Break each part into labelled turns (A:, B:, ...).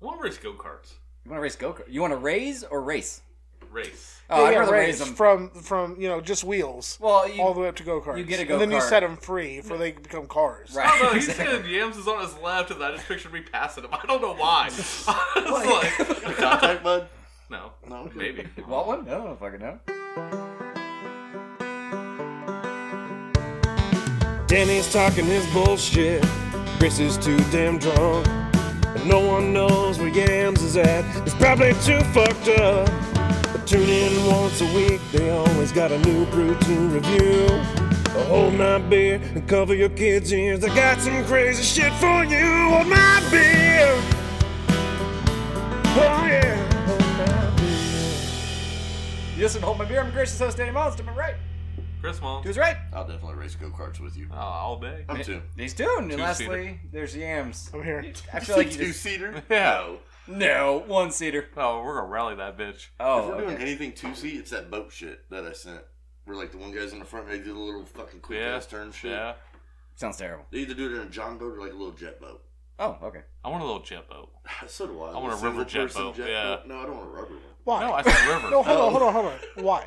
A: I want to race go karts.
B: You want to race go kart? You want to raise or race?
A: Race.
B: Oh, I'd
C: yeah,
B: rather raise
C: raise
B: them.
C: from from you know just wheels
B: well, you,
C: all the way up to go karts.
B: you get a
C: and then you
B: go-kart.
C: set them free before they become cars.
B: right?
A: Oh no, he
B: exactly.
A: said Yams is on his left, and I just pictured me passing him. I don't know why. I was like,
D: Contact bud.
A: no,
D: No, okay.
A: maybe.
B: What one? I don't fucking know.
E: Danny's talking his bullshit. Chris is too damn drunk. And no one knows where Yams is at. He's probably too fucked up. But tune in once a week. They always got a new brew to review. So hold my beer and cover your kids' ears. I got some crazy shit for you. Hold my beer. Oh yeah. Hold my beer.
B: You listen to Hold My Beer. I'm gracious host Danny Mullins. To my right,
A: Chris Mall.
B: to his right,
D: I'll definitely race go karts with you.
A: Oh, all day.
D: I'm two.
B: he's tuned. And
A: Two-seater.
B: lastly, there's Yams.
C: I'm here.
B: I feel like you
D: two
B: just
D: seater.
A: Yeah.
B: no one seater.
A: Oh, we're gonna rally that bitch.
D: If
B: Oh,
D: we're doing
B: okay.
D: anything two seat, it's that boat shit that I sent. Where like the one guy's in the front, they do the little fucking quick
A: Yeah.
D: ass turn shit.
A: Yeah.
B: sounds terrible.
D: They either do it in a john boat or like a little jet boat.
B: Oh, okay.
A: I want a little jet boat.
D: So do I.
A: I want a river jet
D: single-person
A: boat, yeah.
D: No, I don't want a rubber one.
C: Why?
A: No, I said river.
C: No, hold
D: Oh.
C: on, hold on, hold on. Why?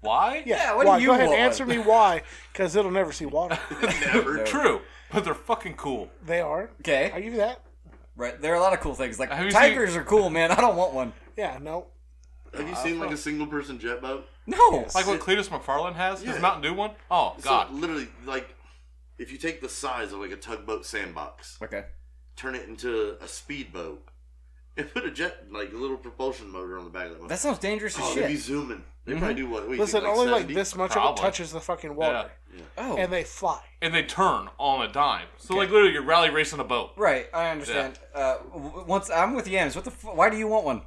A: Why?
C: Yeah,
B: Yeah, what do
C: why?
B: you
C: Go ahead,
B: want?
C: answer me why, because it'll never see water.
D: Never.
A: True, but they're fucking cool.
C: they are.
B: Okay.
C: Are you that?
B: Right. There are a lot of cool things. Like
A: Have you
B: tigers are cool, man. I don't want one.
C: Yeah. No.
D: Have you seen like a single person jet boat?
B: No.
A: Like what Cletus McFarlane has,
D: Yeah.
A: his Mountain Dew one. Oh
D: So,
A: God,
D: literally, like if you take the size of like a tugboat sandbox,
B: Okay.
D: turn it into a speedboat, and put a jet like a little propulsion motor on the back of that one.
B: That sounds dangerous as
D: oh, they'd be
B: shit.
D: zooming. They probably do what? what do you
C: Mm-hmm. Listen,
D: think,
C: only like
D: 70?
C: this much of
A: Probably.
C: it touches the fucking water,
B: Oh,
C: and they fly.
A: and they turn on a dime. So like literally, you're rally racing a boat.
B: right. I understand. Uh, w- once I'm with Yams. What the? F- why do you want one?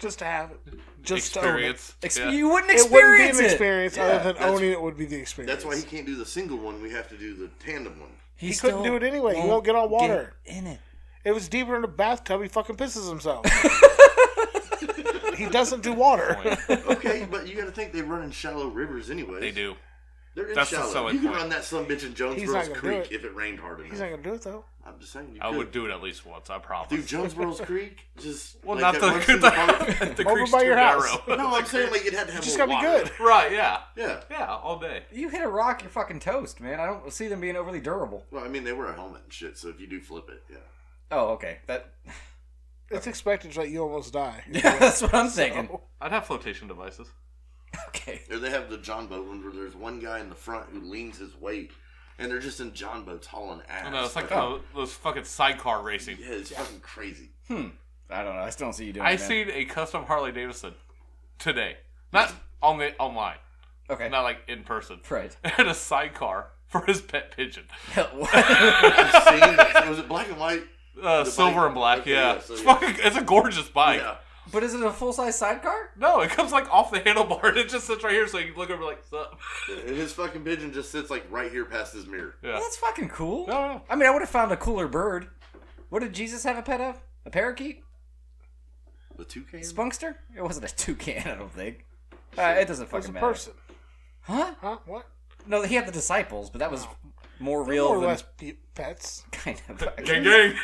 C: Just to have it. Just
A: experience.
B: Exp-
A: Yeah.
B: You wouldn't
C: To own it. it wouldn't be
B: experience
C: an experience
B: Yeah.
C: other than
D: That's-
C: owning it would be the experience.
D: That's why he can't do the single one. We have to do the tandem one.
B: He,
C: couldn't
B: still
C: do it anyway. He
B: won't
C: won't get on water.
B: get in it.
C: It was deeper in the bathtub. He fucking pisses himself. he doesn't do water.
D: Okay, but you got to think they run in shallow rivers anyway.
A: They do.
D: They're in
A: That's the
D: shallow.
A: selling
D: you can
A: point.
D: run that some bitch in Jonesboro's
C: not gonna do
D: Creek
C: it.
D: if it rained hard enough.
C: He's not gonna do it though.
D: I'm just saying. You
A: I
D: could.
A: would do it at least once. I promise.
D: Dude, Jonesboro's Creek just
A: well, not
D: like, that
A: the,
D: runs
A: the,
D: through the park.
A: the
C: Over
A: creek's
C: by
A: too
C: your house.
A: narrow.
D: No, I'm saying like it had to have.
C: You just
D: more
C: gotta be
D: water.
C: good.
A: right? Yeah.
D: Yeah.
A: Yeah. All day.
B: You hit a rock, you're fucking toast, man. I don't see them being overly durable.
D: Well, I mean, they wear a helmet and shit, so if you do flip it, yeah.
B: Oh, okay. That
C: It's expected that you almost die.
B: yeah, that's what I'm thinking.
A: I'd have flotation devices.
B: Okay.
D: Or they have the John boat ones where there's one guy in the front who leans his weight, and they're just in John boats hauling ass.
A: I know it's like
D: oh.
A: those, those fucking sidecar racing.
D: yeah, it's fucking crazy.
B: I don't know. I still don't see you doing.
A: I
B: it, man.
A: seen a custom Harley Davidson today, not on the online,
B: Okay.
A: not like in person.
B: Right.
A: And a sidecar for his pet pigeon,
D: I've seen it. Was it black and white?
A: uh,
D: The
A: silver
D: bike.
A: and black.
D: Okay,
A: yeah,
D: yeah, so
A: it's,
D: yeah.
A: fucking, it's a gorgeous bike.
D: Yeah.
B: but is it a full size sidecar?
A: No, it comes like off the handlebar. and It just sits right here, so you can look over like, sup.
D: And his fucking pigeon just sits like right here past his mirror.
A: Yeah.
B: That's fucking cool.
A: No, no.
B: I mean, I would have found a cooler bird. What did Jesus have a pet of? A parakeet?
D: The toucan.
B: Spunkster? It wasn't a toucan, I don't think. Uh, it doesn't
C: It's a
B: fucking matter.
C: person,
B: Huh?
C: huh? What?
B: No, he had the disciples, but that was more
D: Oh,
B: real
C: More or
B: than
C: less pe- pets.
B: kind of.
A: Gang, gang.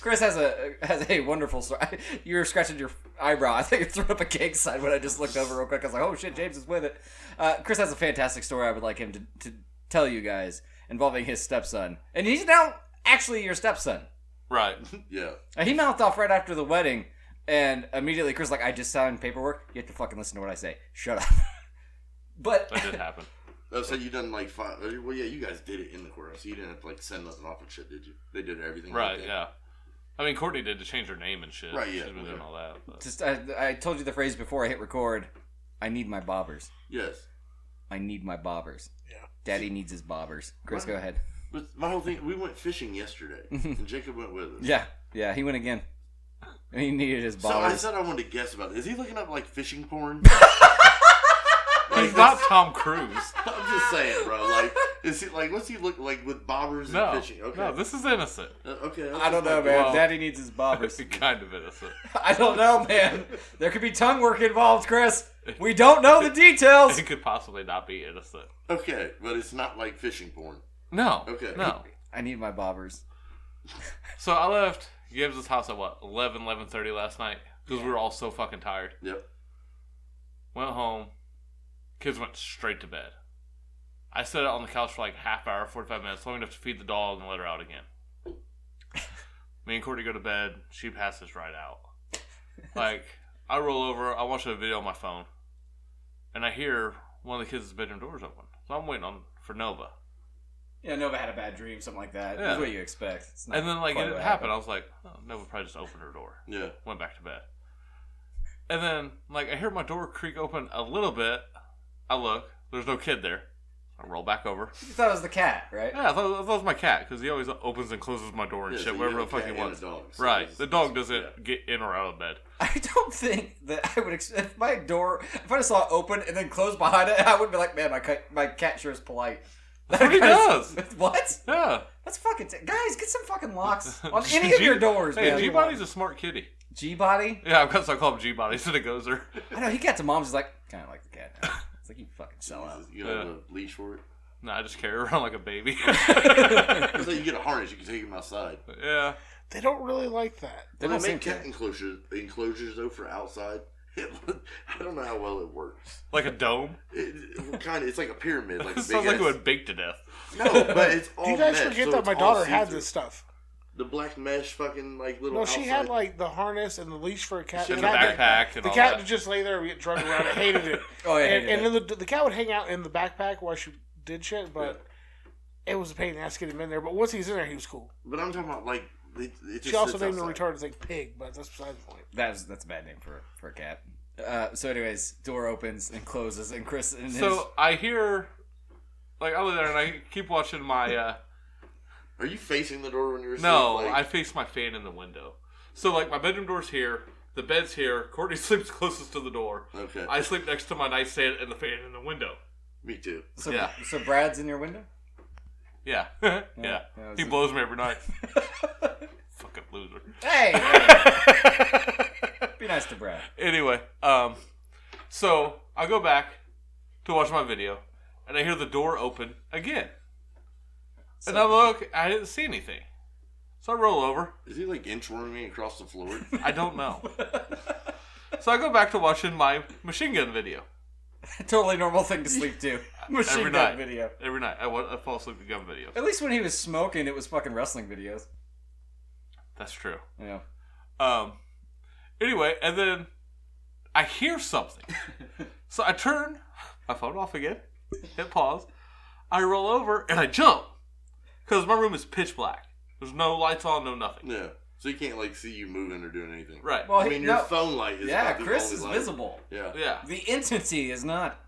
B: Chris has a has a wonderful story. You were scratching your eyebrow. I thought you were throwing up a cake sign when I just looked over real quick. I was like, "Oh shit, James is with it." Uh, Chris has a fantastic story. I would like him to, to tell you guys involving his stepson, and he's now actually your stepson.
A: right.
D: Yeah.
B: Uh, he mouthed off right after the wedding, and immediately Chris was like, "I just signed paperwork. You have to fucking listen to what I say. Shut up." but
A: That did happen.
D: Oh, so you done like five? Well, yeah, you guys did it in the courthouse. So you didn't have to like send nothing off and shit, did you? They did everything.
A: Right,
D: like that.
A: yeah. I mean, Courtney did to change her name and shit.
D: Right, yeah,
A: She's been doing
D: yeah.
A: all that. but-
B: just I, I told you the phrase before I hit record. I need my bobbers.
D: Yes.
B: I need my bobbers.
C: Yeah.
B: Daddy needs his bobbers. Chris,
D: Wow.
B: go ahead.
D: But my whole thing, we went fishing yesterday, and Jacob went with us.
B: Yeah, yeah, he went again. And he needed his
D: So I
B: bobbers.
D: said I wanted to guess about this. Is he looking up like fishing porn?
A: He's not Tom Cruise.
D: I'm just saying, bro. Like, is he like? What's he look like with bobbers
A: No.
D: and fishing? Okay,
A: No, this is innocent.
D: Uh, okay. that's
B: I, don't know,
D: just
B: man.
A: Well-
B: Daddy needs his bobbers.
A: kind of innocent.
B: I don't know, man. There could be tongue work involved, Chris. We don't know the details.
A: It could possibly not be innocent.
D: like- Okay, but it's not like fishing porn.
A: No.
D: Okay.
A: No.
B: I need my bobbers.
A: So I left Gibbs' house at what 11, 11.30 last night because we were all so fucking tired.
D: Yep.
A: Went home. Kids went straight to bed. I sat out on the couch for like half hour, forty five minutes, long enough to feed the dog and let her out again. Me and Courtney go to bed. She passes right out. Like I roll over, I watch a video on my phone, and I hear one of the kids' bedroom doors open. So I'm waiting on for Nova.
B: Yeah, Nova had a bad dream, something like that.
A: Yeah.
B: That's what you expect. It's not
A: And then like it
B: quite
A: happened.
B: what
A: I was like, oh, Nova probably just opened her door.
D: Yeah.
A: went back to bed. And then, like, I hear my door creak open a little bit. I look, there's no kid there. I roll back over.
B: You thought it was the cat, right?
A: Yeah, I thought, I thought it was my cat because he always opens and closes my door and
D: Yeah, so
A: shit,
D: you
A: wherever the
D: have a
A: fuck
D: cat
A: he
D: and
A: wants.
D: a dog, so
A: right,
D: it's-
A: the dog
D: it's-
A: doesn't
D: yeah.
A: get in or out of bed.
B: I don't think that I would ex- if my door if I just saw it open and then close behind it, I would be like, man, my ca- my cat sure is polite. That
A: what he
B: kinda-
A: does.
B: What?
A: Yeah.
B: That's fucking t- guys. Get some fucking locks on any of
A: G-
B: your doors,
A: Hey,
B: man.
A: G Body's a smart kitty.
B: G body.
A: Yeah, I've got so I call him G Body instead of Gozer.
B: I know he got to mom's. He's like, kind of like the cat. Now. It's like you fucking sell out.
D: You know,
A: Yeah.
D: a leash for it.
A: Nah, I just carry her around like a baby.
D: It's like you get a harness, you can take him outside.
A: yeah.
C: They don't really like that.
B: They
D: Well,
B: don't
D: they
B: seem
D: make cat
B: to.
D: enclosures, enclosures though for outside. I don't know how well it works.
A: Like a dome.
D: It, it kind of, it's like a pyramid. Like a
A: It
D: big
A: sounds like
D: ass-
A: it would bake to death.
D: No, but it's all.
C: Do you guys
D: mesh,
C: forget
D: so
C: that
D: it's
C: my
D: all
C: daughter had
D: see-through.
C: this stuff?
D: The black mesh, fucking like little.
C: No, she had
D: outside-
C: like the harness and the leash for a cat.
D: She
A: In
D: had
A: the
D: a
C: cat-
A: backpack and
C: the
A: all
C: cat
A: that.
C: would just lay there and get drugged around. I hated it.
B: Oh yeah.
C: and,
B: yeah,
C: and
B: yeah.
C: then the, the cat would hang out in the backpack while she did shit, but it was a pain in the ass getting him in there. But once he's in there, he was cool.
D: But I'm talking about like. It, it just
C: She also
D: sits
C: named the
D: outside.
C: retarded thing Pig, but that's beside the point.
B: that's that's a bad name for for a cat. Uh, so, anyways, door opens and closes, and Chris and his.
A: So I hear, like, I live there and I keep watching my. Uh,
D: Are you facing the door when you're asleep?
A: no,
D: Like,
A: I face my fan in the window. So like my bedroom door's here, the bed's here. Courtney sleeps closest to the door.
D: Okay.
A: I sleep next to my nightstand and the fan in the window.
D: Me too.
B: so,
A: yeah.
B: so Brad's in your window.
A: Yeah, yeah.
B: Yeah, that was
A: he
B: a-
A: blows me every night. Fucking loser.
B: Hey, hey. be nice to Brad.
A: Anyway, um, so I go back to watch my video, and I hear the door open again. and I look, I didn't see anything. So I roll over.
D: Is he like inchworming across the floor?
A: I don't know. so I go back to watching my machine gun video
B: totally normal thing to sleep to. Machine
A: every
B: gun
A: night.
B: video.
A: every night. I, wa- I fall asleep to gun videos.
B: At least when he was smoking, it was fucking wrestling videos.
A: That's true.
B: Yeah.
A: Um. Anyway, and then I hear something, so I turn my phone off again, hit pause. I roll over and I jump because my room is pitch black. There's no lights on, no nothing.
D: yeah. So you can't like see you moving or doing anything.
A: Right.
B: Well,
D: I
B: he-
D: mean, your
B: no.
D: phone light is.
B: Yeah,
D: about the
B: Chris
D: only
B: is
D: light.
B: visible.
D: Yeah.
A: Yeah.
B: The entity is not.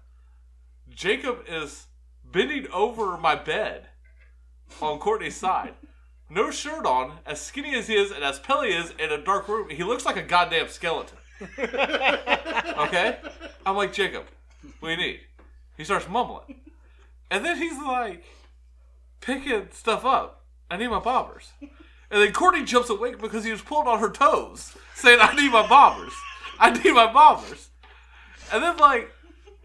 A: Jacob is bending over my bed on Courtney's side. No shirt on, as skinny as he is and as pale he is in a dark room. He looks like a goddamn skeleton. okay? I'm like, Jacob, what do you need? He starts mumbling. And then he's like, picking stuff up. I need my bobbers. And then Courtney jumps awake because he was pulling on her toes, saying, I need my bobbers. I need my bobbers. And then, like,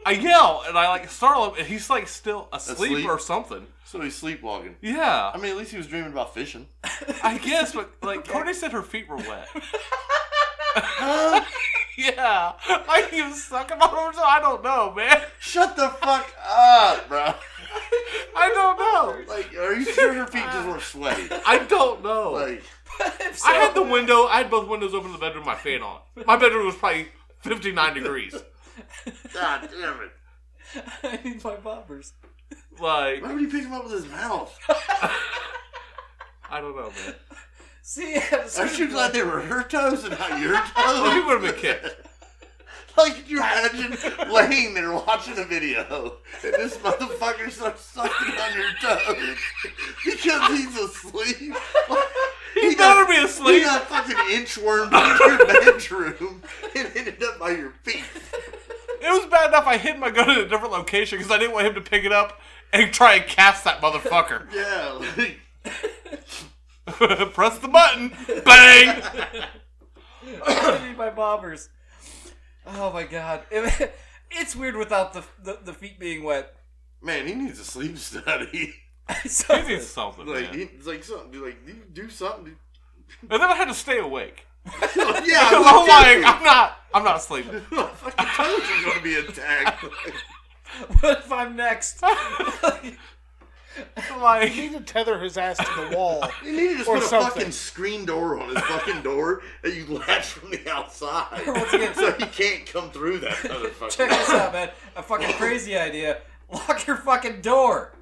A: I yell and I, like, startle him, and he's, like, still asleep,
D: Asleep?
A: or something.
D: So he's sleepwalking.
A: Yeah.
D: I mean, at least he was dreaming about fishing.
A: I guess, but like Courtney said, her feet were wet. yeah, like he was sucking on her. So I don't know, man.
D: Shut the fuck up, bro.
A: I don't know.
D: Like, are you sure your feet just weren't sweaty?
A: I don't know.
D: Like,
B: If
A: I had
B: so-
A: the window. I had both windows open in the bedroom. My fan on. My bedroom was probably fifty nine degrees.
D: god damn it.
B: I need my bobbers.
A: Like
D: Why would he pick him up with his mouth?
A: I don't know, man.
B: See, I'm so-
D: Aren't you glad they were her toes and not your toes?
A: He would have been kicked.
D: Like, could you imagine laying there watching a video and this motherfucker starts sucking on your toes because he's asleep?
A: He,
D: He
A: better
D: got-
A: be
D: You
A: asleep.
D: got fucking inchwormed into your bedroom and ended up by your feet.
A: It was bad enough. I hid my gun in a different location because I didn't want him to pick it up and try and cast that motherfucker.
D: Yeah, like,
A: Press the button. Bang.
B: I need my bobbers. Oh my god, It- it's weird without the, the the feet being wet.
D: man, he needs a sleep study.
A: He needs something,
D: Like,
A: man.
D: he, it's like something. Like, you do something.
A: And then I had to stay awake
D: yeah,
A: because
D: look
A: I'm
D: at
A: like, I'm not, I'm not sleeping.
D: you. I fucking told you you're gonna be attacked.
B: what if I'm next?
A: Like,
C: He need to tether his ass to the wall.
D: You need to just
C: Or
D: put a
C: something.
D: fucking screen door on his fucking door that you latch from the outside,
B: Once
C: Oh,
B: again-
D: so he can't come through that
B: Check
D: motherfucker.
B: this out, man. A fucking crazy idea. Lock your fucking door.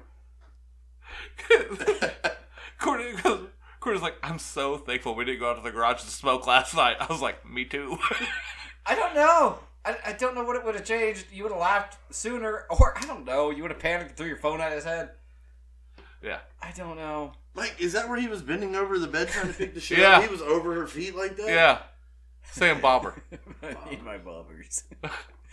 A: Courtney, Courtney's like, I'm so thankful we didn't go out to the garage and smoke last night. I was like, me too.
B: I don't know. I, I don't know what it would have changed. You would have laughed sooner, or I don't know. You would have panicked and threw your phone at his head.
A: yeah.
B: I don't know.
D: Mike, is that where he was bending over the bed trying to pick the shit
A: Yeah.
D: up? He was over her feet like that.
A: Yeah. Sam Bobber.
B: I need my bobbers.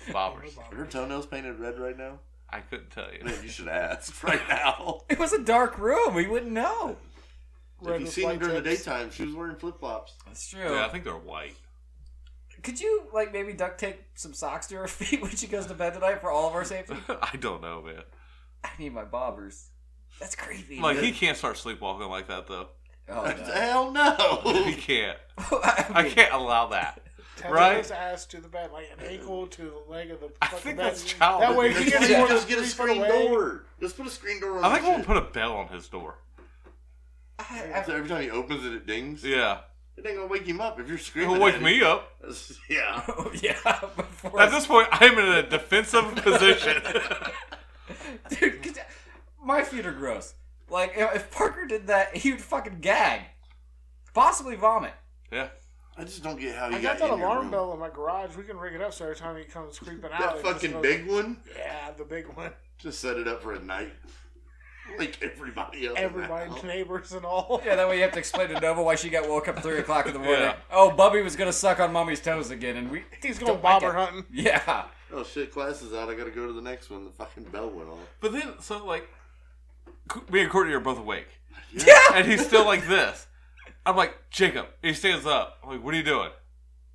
A: Bobbers.
D: Are her toenails painted red right now?
A: I couldn't tell you.
D: Man, you should ask right now.
B: It was a dark room. We wouldn't know.
D: If
C: Red
D: you
C: with
D: seen her
C: white
D: during the
C: tips.
D: daytime, she was wearing flip flops.
B: That's true.
A: Yeah, I think they're white.
B: Could you like maybe duct tape some socks to her feet when she goes to bed tonight for all of our safety?
A: I don't know, man.
B: I need my bobbers. That's creepy.
A: Like
B: dude.
A: he can't start sleepwalking like that though.
B: oh, no.
D: Hell no.
A: He can't.
B: I
A: I
B: mean,
A: can't allow that.
C: Tether
A: Right.
C: his ass to the bed, like an ankle to the leg of the
A: I
C: fucking
A: think
C: bed.
A: that's child.
C: That way he
D: Just,
C: gets
D: get-
C: more than
D: just get a
C: three foot
D: screen
C: away.
D: door. Just put a screen door on
A: I think
D: that
A: we'll
D: shit.
A: put a bell on his door.
B: I- I-
D: So every time he opens it, it dings.
A: Yeah.
D: It ain't gonna wake him up if you're screaming.
A: He'll wake
D: at
A: me up.
D: him. Yeah.
B: oh, yeah. Before
A: At this point, I'm in a defensive position.
B: Dude, 'cause my feet are gross. Like, if if Parker did that, he would fucking gag. Possibly vomit.
A: yeah.
D: I just don't get how you
C: I got
D: in
C: that
D: your
C: alarm
D: room.
C: bell in my garage. We can rig it up so every time he comes creeping out,
D: That
C: it just
D: fucking
C: goes-
D: big one.
C: Yeah, the big one.
D: Just set it up for a night. Like everybody else. in the
C: Everybody,
D: house.
C: neighbors and all.
B: Yeah, that way you have to explain to Nova why she got woke up at 3 o'clock in the morning.
A: Yeah.
B: Oh, Bubby was going to suck on Mommy's toes again, and we.
C: He's going
B: Don't like it.
C: bobber hunting.
B: Yeah.
D: Oh shit! Class is out. I gotta go to the next one. The fucking bell went off.
A: But then, so like, Co- me and Courtney are both awake,
B: Yeah!
A: and he's still like this. I'm like Jacob. and He stands up. I'm like, "What are you doing?"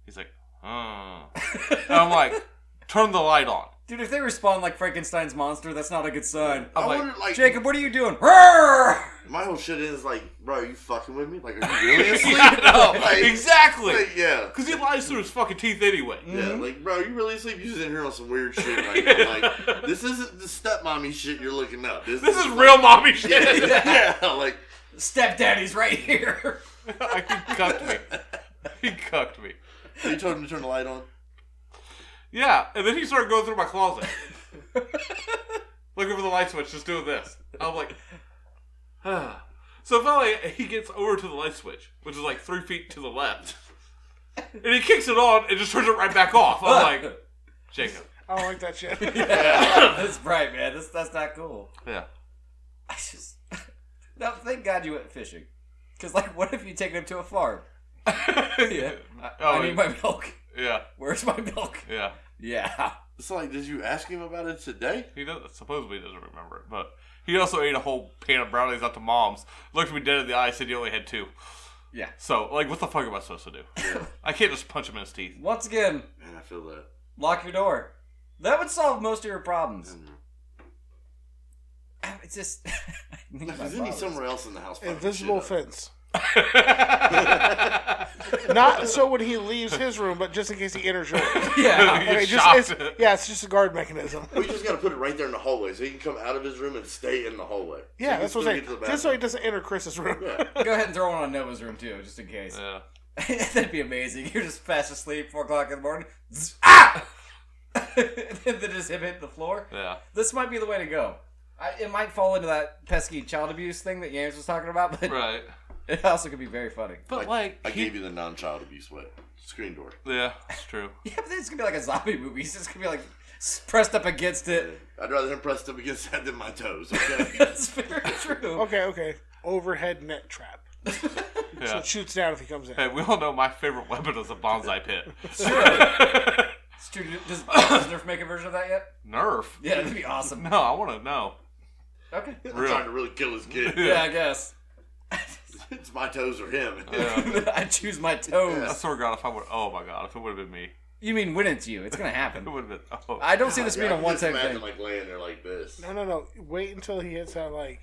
A: He's like, "Hmm." And I'm like, "Turn the light on."
B: Dude, if they respond like Frankenstein's monster, that's not a good sign.
A: I'm
D: I
A: like,
D: wonder, like
B: Jacob, what are you doing? Roar!
D: My whole shit is like, bro, are you fucking with me? Like, are you really asleep?
A: Yeah, I know.
D: Like,
A: exactly.
D: like, yeah.
A: Because he lies through his fucking teeth anyway.
D: Yeah, like, bro, you really asleep? You just in here on some weird shit. Like, that. like this isn't the stepmommy shit you're looking up.
A: This is real mommy shit.
D: yeah, like,
B: Stepdaddy's right here.
A: I, he cucked me. He cucked me.
D: you told him to turn the light on.
A: Yeah, and then he started going through my closet, looking for the light switch, just doing this. I'm like, ah. so finally he gets over to the light switch, which is like three feet to the left, and he kicks it on and just turns it right back off. I'm like, Jacob,
C: I don't like that shit.
B: that's right, man. That's, that's not cool.
A: yeah,
B: I just. No, thank God you went fishing. Because, like, what if you take him to a farm? yeah. I,
A: Oh,
B: I need my milk.
A: yeah,
B: Where's my milk?
A: yeah.
B: Yeah.
D: It's like, did you ask him about it today?
A: He doesn't, supposedly he doesn't remember it, but he also ate a whole pan of brownies out to mom's. Looked me dead in the eye, said he only had two.
B: Yeah.
A: So, like, what the fuck am I supposed to do? I can't just punch him in his teeth.
B: Once again,
D: Man, I feel that.
B: lock your door. That would solve most of your problems. I- It's just. I need my
D: Like, isn't he
B: bottles.
D: somewhere else in the house? fucking
C: Invisible
D: shit up?
C: fence. Not so when he leaves his room, but just in case he enters yours.
B: Yeah.
A: You're
C: Okay, just,
A: shocked.
C: it's, yeah, it's just a guard mechanism.
D: We just gotta put it right there in the hallway, so he can come out of his room and stay in the hallway.
C: Yeah,
D: So
C: that's what
D: he can
C: I'm saying.
D: still get to the
C: Just so he
D: bathroom.
C: doesn't enter Chris's room.
B: Go ahead and throw one on Noah's room, too, just in case.
A: Yeah.
B: That'd be amazing. You're just fast asleep, 4 o'clock in the morning. Zzz, ah! then just him hit the floor.
A: Yeah.
B: This might be the way to go. I, it might fall into that pesky child abuse thing that James was talking about, but
A: Right.
B: it also could be very funny.
A: But like,
D: I
A: he-
D: gave you the non-child abuse way. Screen door.
A: yeah, it's true.
B: Yeah, but then it's gonna be like a zombie movie. It's just gonna be like s- pressed up against it.
D: I'd rather him pressed up against that than my toes. Okay.
B: That's very true.
C: Okay, okay. Overhead net trap. So
A: Yeah.
C: it shoots down if he comes in.
A: Hey, we all know my favorite weapon is a bonsai pit.
B: Sure. it's true. Does, does Nerf make a version of that yet?
A: Nerf.
B: Yeah, that'd be awesome.
A: No, I want to know.
B: Okay.
D: I'm trying
A: Real.
D: to really kill his kid.
B: Yeah, I guess.
D: It's my toes or him.
B: I choose my
A: I
B: toes.
A: swear to God, if I would, oh my God, if it would have been me,
B: You mean when it's you? It's gonna
A: it
B: happen.
A: would have been. Oh,
B: I don't see this
D: Yeah,
B: being
D: I
B: a
D: can
B: one
D: just
B: time
D: imagine,
B: thing.
D: like laying there like this.
C: No, no, no. Wait until he hits that like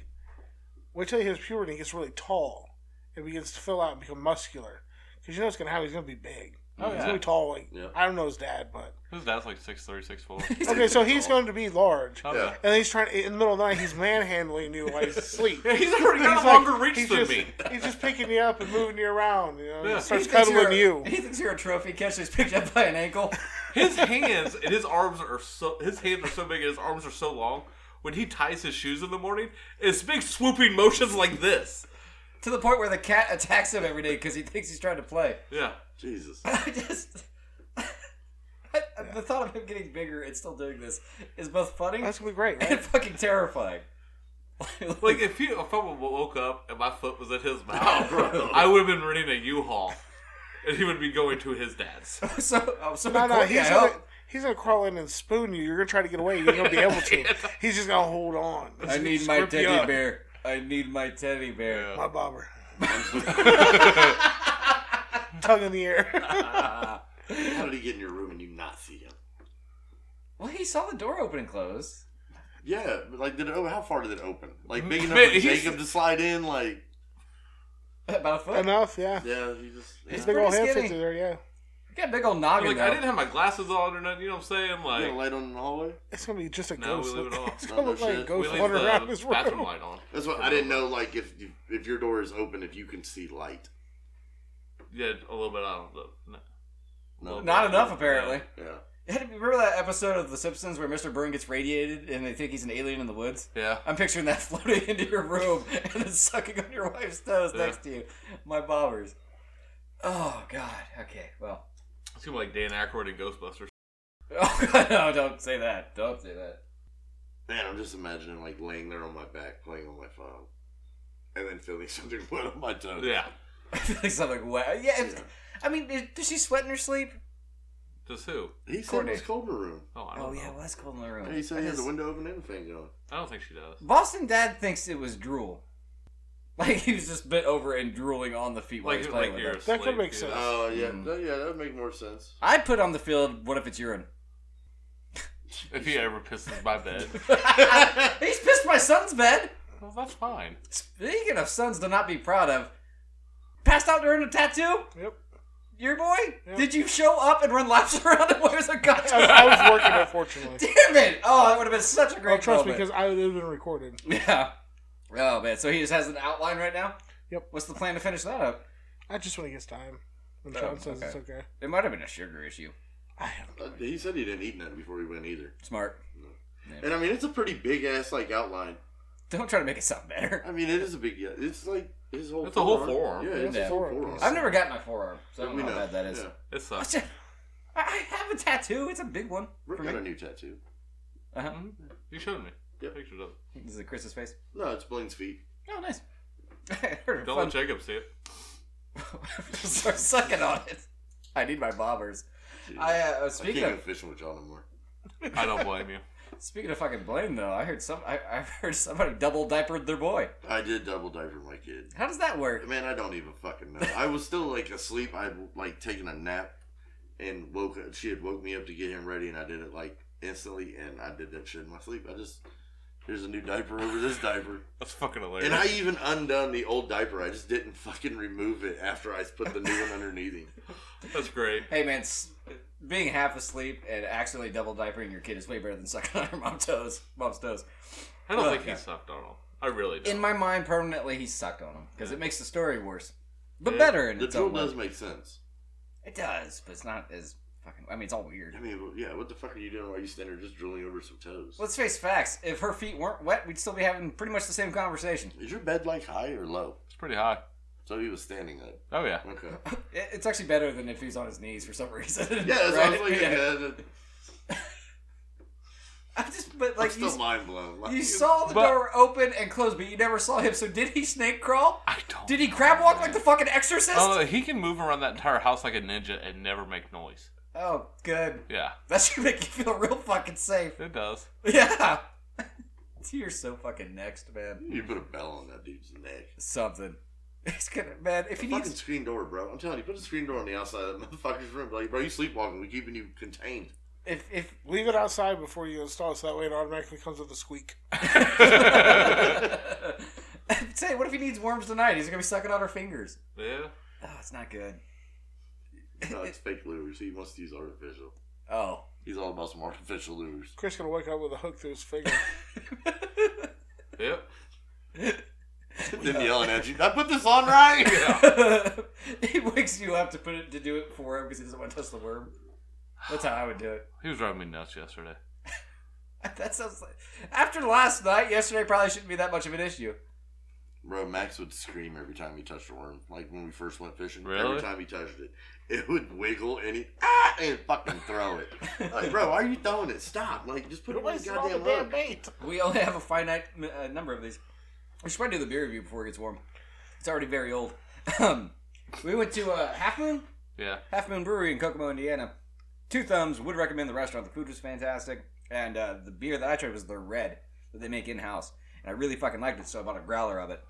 C: Wait till he hits puberty and gets really tall and begins to fill out and become muscular. Because you know what's going to happen. He's going to be big.
A: Oh,
C: he's
A: yeah.
C: going to be tall. Like,
D: Yeah.
C: I don't know his dad, but.
A: His dad's like six three, six four.
C: Okay, so he's going to be large.
A: Oh,
D: Yeah.
C: And he's trying, in the middle of the night, he's manhandling you while he's asleep.
A: yeah. He's already got
C: He's
A: a longer
C: like-
A: reach
C: he's
A: than
C: just,
A: me.
C: He's just picking you up and moving you around. You know,
A: Yeah.
C: and starts
B: thinks
C: cuddling
B: you're-
C: you.
B: He thinks you're a trophy catcher who's picked up by an ankle.
A: His hands and his arms are so his hands are so big and his arms are so long. When he ties his shoes in the morning, it's big swooping motions like this.
B: to the point where the cat attacks him every day because he thinks he's trying to play.
A: Yeah.
D: Jesus.
B: I just. I, The thought of him getting bigger and still doing this is both funny
C: That's gonna be great.
B: and
C: Right?
B: fucking terrifying.
A: Like if he if I woke up and my foot was in his mouth,
D: bro.
A: I would have been renting a U-Haul, and he would be going to his dad's.
B: so, oh, so
C: no, no,
B: Courtney,
C: he's
B: I
C: gonna,
B: hope-
C: he's gonna crawl in and spoon you. You're gonna try to get away. You're gonna be able to. He's just gonna hold on.
B: I
C: Just
B: need my
C: grip you
B: teddy
C: up.
B: bear. I need my teddy bear.
C: My bobber. Tongue in the air.
D: How did he get in your room and you not see him?
B: Well, he saw the door open and close.
D: Yeah, but like, did it, oh, how far did it open? Like big enough
A: Man,
D: for
A: he's-
D: Jacob to slide in? Like,
B: About a foot.
C: Enough. Yeah.
D: yeah, he just. Yeah.
B: He's
C: Big old
B: pretty
C: head
B: skinny.
C: fits in there. Yeah.
B: You got a big old noggin.
A: Like
B: though.
A: I didn't have my glasses on or nothing. You know what I'm saying?
D: You got a
A: Like
D: light on in the hallway?
C: It's gonna be just a
A: No, we
C: ghost.
A: leave it off.
C: it's
D: No,
C: gonna
D: no
C: look like a
D: shit.
A: we
C: ghost
A: leave
C: wandering around
A: the
C: his
A: bathroom
C: room.
A: light on.
D: That's what I didn't know. Like, if you, if your door is open, if you can see light.
A: Yeah, a little bit. I don't know. No.
D: No.
B: Not enough, apparently.
D: Yeah.
B: Had to be- Remember that episode of The Simpsons where Mr. Burns gets radiated and they think he's an alien in the woods?
A: Yeah.
B: I'm picturing that floating into your room and then sucking on your wife's toes
A: Yeah.
B: next to you. My bobbers. Oh God. Okay. Well.
A: It's gonna be like Dan Aykroyd in Ghostbusters.
B: Oh God. No! Don't say that. Don't say that.
D: Man, I'm just imagining like laying there on my back playing on my phone, and then feeling something wet on my toes.
A: Yeah.
B: I feel like something wet. Yeah. if-
D: Yeah.
B: I mean, is- does she sweat in her sleep?
A: Just who?
D: He said
B: Courtney.
D: it was cold in the room.
A: Oh, I don't
B: Oh
A: know.
B: yeah. Well, that's cold in the room.
D: And he said
B: That
D: he had the
B: is-
D: window open and the fan going.
A: I don't think she does.
B: Boston Dad thinks it was drool. Like he was just bent over and drooling on the feet while
A: Like,
B: he's
A: like
B: playing
A: you're
B: with her.
A: asleep,
C: could make
A: dude.
C: sense.
D: Oh yeah,
B: Mm.
D: that, yeah, that would make more sense.
B: I put on the field. What if it's urine?
A: If he ever pisses my bed,
B: He's pissed my son's bed.
A: well, that's fine.
B: Speaking of sons to not be proud of, passed out during a tattoo.
C: Yep.
B: Your boy? Did you show up and run laps around him? Where's a
C: I,
B: gotcha?
C: I was working, unfortunately.
B: Damn it! Oh, that would have been such a great
C: Well, trust me,
B: moment.
C: because I would have been recorded.
B: yeah. Oh man, so he just has an outline right now.
C: Yep.
B: What's the plan to finish that up?
C: I just when he gets time. When Sean says it's
B: Oh, okay.
C: okay.
B: It might have been a sugar issue.
C: I have
D: Uh, He said he didn't eat none before he went either.
B: Smart.
D: And I mean, it's a pretty big ass like outline.
B: Don't try to make it sound better.
D: I mean, it is a big. yeah, It's like his whole.
A: It's a whole forearm.
D: Yeah, it's
B: Yeah.
D: his whole forearm.
B: I've never got my forearm, so I don't
D: We
B: know
D: know
B: how bad that is.
D: Yeah.
A: It
B: I
A: sucks.
B: I have a tattoo. It's a big one.
D: Rick
B: For
D: got a
B: me.
D: new tattoo.
B: Uh-huh.
A: Mm-hmm. You showed me.
D: Yep.
A: Pictures of. it.
B: This is a Chris's face.
D: No, it's Blaine's feet.
B: Oh, nice. Heard
A: Don't
B: fun-
A: let Jacob see it.
B: Start sucking on it. I need my bobbers. I uh,
D: I can't
B: speaking
D: go
B: of
D: fishing with y'all no more.
A: I don't blame you.
B: speaking of fucking blame though, I heard some I, I heard somebody double diapered their boy.
D: I did double diaper my kid.
B: How does that work?
D: Man, I don't even fucking know. I was still like asleep. I had like taken a nap and woke up. She had woke me up to get him ready, and I did it like instantly. And I did that shit in my sleep. I just here's a new diaper over this diaper,
A: That's fucking hilarious.
D: and I even undone the old diaper. I just didn't fucking remove it after I put the new one underneath him.
A: That's great.
B: Hey man, s- being half asleep and accidentally double diapering your kid is way better than sucking on her mom's toes. Mom's toes.
A: I don't
B: Well,
A: think
B: yeah.
A: he sucked on him. I really don't.
B: In my mind, permanently he sucked on him because it makes the story worse, but
A: Yeah.
B: better in
D: The
B: its own
D: drill
B: way.
D: does make sense.
B: It does, but it's not as fucking. I mean, it's all weird.
D: I mean, well, yeah. What the fuck are you doing while you standing there just drilling over some toes?
B: Let's face facts. If her feet weren't wet, we'd still be having pretty much the same conversation.
D: Is your bed like high or low?
A: it's pretty high.
D: So he was standing up.
A: Oh yeah.
D: Okay.
B: It- It's actually better than if he's on his knees for some reason.
D: Yeah, that's
B: Right?
D: what I was like,
B: Yeah.
D: yeah.
B: I'm just, but
D: I'm
B: like you,
D: still mind blown. Like,
B: you saw the
A: But-
B: door open and close, but you never saw him. So did he snake crawl?
A: I don't.
B: Did he crab walk like the fucking Exorcist?
A: Oh, he can move around that entire house like a ninja and never make noise.
B: oh, good.
A: Yeah,
B: That should make you feel real fucking safe.
A: it does.
B: Yeah. You're so fucking next, man.
D: You put a bell on that dude's neck.
B: Something. It's gonna, man. If he
D: Fucking
B: needs,
D: screen door, bro. I'm telling you, put a screen door on the outside of that motherfucker's room. Like, bro, you sleepwalking. We're keeping you contained.
B: if if
C: Leave it outside before you install it, so that way it automatically comes with a squeak.
B: Say, what if he needs worms tonight? He's gonna be sucking on her fingers.
A: Yeah.
B: Oh, it's not good.
D: No, it's fake lures. He wants to use artificial.
B: Oh.
D: He's all about some artificial lures.
C: Chris gonna wake up with a hook through his finger.
A: Yep.
D: Them yelling at you. I put this on right.
B: he wakes you up to put it to do it for him because he doesn't want to touch the worm. That's how I would do it.
A: He was driving me nuts yesterday.
B: That sounds like after last night, yesterday probably shouldn't be that much of an issue.
D: Bro, Max would scream every time he touched a worm. Like when we first went fishing,
A: Really?
D: every time he touched it, it would wiggle and he ah, and fucking throw it. Like, bro, why are you throwing it? Stop! Like, just put it on the
C: Wasted all the
D: goddamn
C: damn
D: hook.
C: bait.
B: We only have a finite uh, number of these. We should probably do the beer review before it gets warm. It's already very old. Um, we went to uh, Half Moon,
A: Yeah.
B: Half Moon Brewery in Kokomo, Indiana. Two thumbs. Would recommend the restaurant. The food was fantastic, and uh, the beer that I tried was their red that they make in house, and I really fucking liked it. So I bought a growler of it,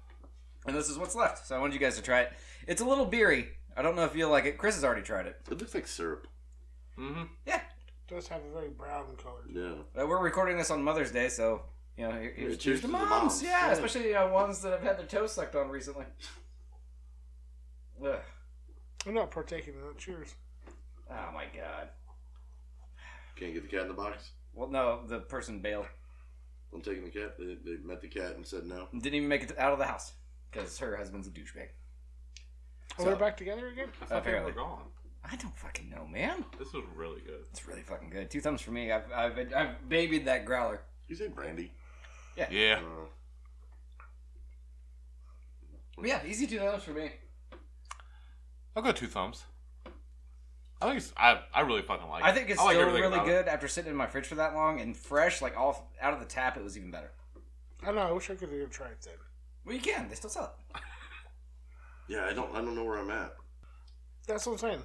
B: and this is what's left. So I wanted you guys to try it. It's a little beery. I don't know if you'll like it. Chris has already tried it.
D: It looks like syrup.
A: Mm-hmm.
B: Yeah,
C: It does have a very brown color.
D: Yeah.
B: Uh, we're recording this on Mother's Day, so you know, here- here's
D: Yeah,
B: cheers, to moms. Yeah,
D: Yeah.
B: especially uh, ones that have had their toes sucked on recently. Ugh.
C: I'm not partaking in that. Cheers.
B: Oh my god.
D: Can't get the cat in the box.
B: Well, no, the person bailed.
D: I'm taking the cat. They, they met the cat and said no.
B: Didn't even make it out of the house because her husband's a douchebag.
C: Oh,
B: So-
C: they're back together again.
B: Apparently,
A: We're gone.
B: I don't fucking know, man.
A: This was really good.
B: It's really fucking good. Two thumbs for me. I've I've, I've babied that growler.
D: You say brandy?
A: Yeah.
D: Uh,
B: But yeah, easy two thumbs for me.
A: I'll go two thumbs. I think it's, I I really fucking like it.
B: I think it's
A: like
B: still
A: everything
B: really
A: about it.
B: good after sitting in my fridge for that long and fresh, like off out of the tap. It was even better.
C: I know. I wish I could have tried it then.
B: Well, you can. They still sell it.
D: yeah, I don't. I don't know where I'm at.
C: That's what I'm saying.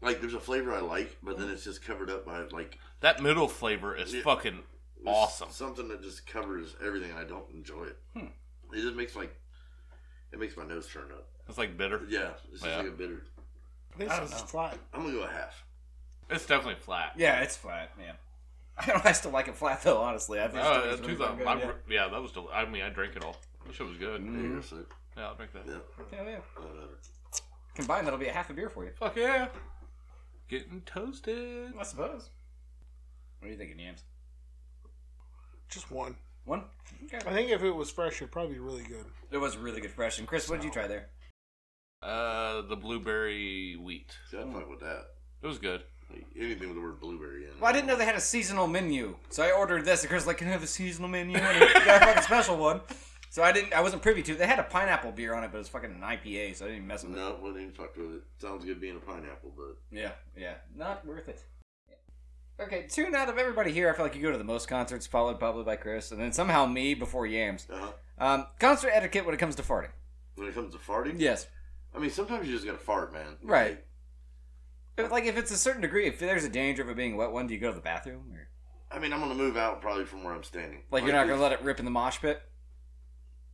D: Like, there's a flavor I like, but then it's just covered up by like
A: That middle flavor is
D: Yeah.
A: fucking
D: there's
A: awesome.
D: Something that just covers everything. and I don't enjoy it.
B: Hmm.
D: It just makes like it makes my nose turn up.
A: It's like bitter.
D: Yeah, it's just
A: Yeah.
D: like a bitter.
C: This
B: I don't
C: is
B: know.
C: flat.
D: I'm gonna go a half.
A: It's definitely flat.
B: Yeah, it's flat, man. I don't. I still like it flat though. Honestly, I think
A: Oh,
B: it's
A: that's
B: really
A: two thumbs.
B: good,
A: I-
B: yeah.
A: yeah. that was. Del- I mean, I drank it all. That shit was good.
D: There you go, Uh, so,
A: Yeah, I'll drink that.
D: yeah,
B: Yeah, yeah.
D: whatever.
B: Combined, that'll be a half a beer for you.
A: Fuck yeah. Getting toasted.
B: I suppose. What are you thinking, Yams?
C: Just one.
B: One.
C: I
B: Okay.
C: think if it was fresh, it'd probably be really good.
B: It was really good fresh. And Chris, what did you try there?
A: Uh, the blueberry wheat.
D: See, I'd fuck with that.
A: It was good.
D: Like, anything with the word blueberry in. it.
B: Well, I didn't know they had a seasonal menu, so I ordered this. And Chris was like, "Can I have a seasonal menu?" And he got a fucking special one. So I didn't. I wasn't privy to. it. They had a pineapple beer on it, but it was fucking an IPA, so I didn't even mess with it.
D: No, wouldn't even fuck with it. Sounds good being a pineapple, but
B: Yeah, yeah. Not worth it. Okay, two out of everybody here, I feel like you go to the most concerts, followed probably by Chris, and then somehow me before Yams.
D: uh-huh.
B: Um, concert etiquette when it comes to farting.
D: when it comes to farting,
B: Yes.
D: I mean sometimes you just gotta fart, man.
B: Right. If- Like, if it's a certain degree, if there's a danger of it being a wet one, do you go to the bathroom? Or,
D: I mean, I'm gonna move out probably from where I'm standing.
B: like, you're not going to let it rip in the mosh pit?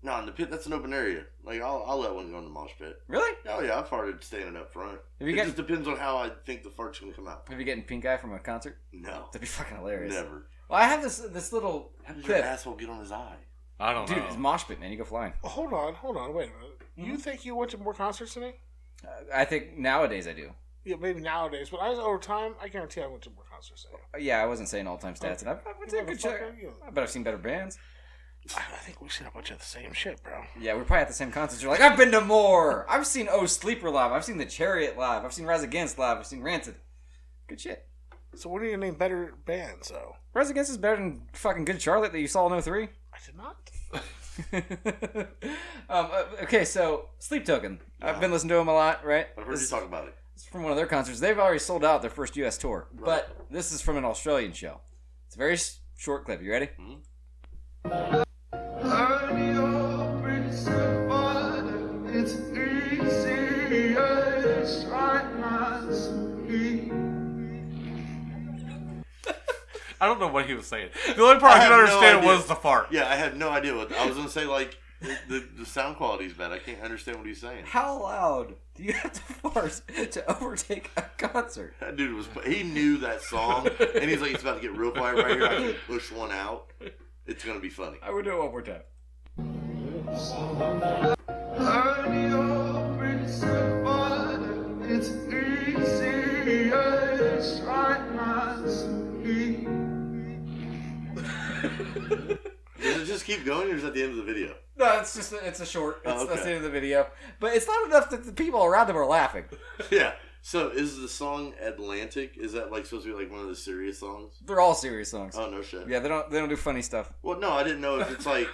D: No, in the pit. That's an open area. Like I'll, I'll let one go in the mosh pit.
B: Really?
D: Oh yeah, I farted standing up front.
B: Have you
D: it
B: got-
D: just depends on how I think the fart's gonna come out.
B: Have you getting pink eye from a concert?
D: No,
B: That'd be fucking hilarious.
D: never.
B: Well, I have this this little
D: How does your
B: clip.
D: asshole get on his eye?
A: I don't
B: Dude,
A: know.
B: it's mosh pit, man. You go flying.
C: Well, hold on, hold on, wait a minute.
B: Mm-hmm.
C: You think you went to more concerts than me?
B: Uh, I think nowadays I do.
C: Yeah, maybe nowadays, but I was over time. I guarantee I went to more concerts than you.
B: Uh, Yeah, I wasn't saying all time stats, and I've, I've been to a good check.
C: Motherfucker, you-
B: I bet I've seen better bands.
C: I think we've seen a bunch of the same shit, bro.
B: Yeah, we're probably at the same concerts. You're like, I've been to more. I've seen Oh Sleeper live. I've seen The Chariot live. I've seen Rise Against live. I've seen Rancid. Good shit.
C: So what are you gonna name better bands though?
B: Rise Against is better than fucking Good Charlotte that you saw in 03.
C: I did not.
B: um, uh, okay, so Sleep Token. I've been listening to them a lot, right?
D: I've heard
B: This
D: you talk about it.
B: is from one of their concerts. They've already sold out their first U.S. tour, but this is from an Australian show. It's a very s- short clip. You ready?
F: Honey, oh, Prince of Water, it's easy as right as me.
A: I don't know what he was saying. The only part
D: I
A: I, could
D: have no
A: understand
D: idea.
A: was the fart.
D: Yeah, I had no idea what I was gonna say. Like the, the, the sound quality's bad. I can't understand what he's saying.
B: How loud do you have to fart to overtake a concert?
D: That dude was. He knew that song, and he's like, "It's about to get real quiet right here. I can push one out. It's gonna be funny."
B: I would do it one more time.
F: Earn your Prince of Water. It's easy as right minds he.
D: Does it just keep going, or is that the end of the video?
B: No, it's just it's a short. It's,
D: Oh,
B: That's the end
D: okay.
B: of the video. But it's not enough that the people around them are laughing.
D: yeah. So is the song Atlantic? Is that like supposed to be like one of the serious songs?
B: They're all serious songs.
D: Oh no shit.
B: Yeah, they don't they don't do funny stuff.
D: Well, no, I didn't know if it's like.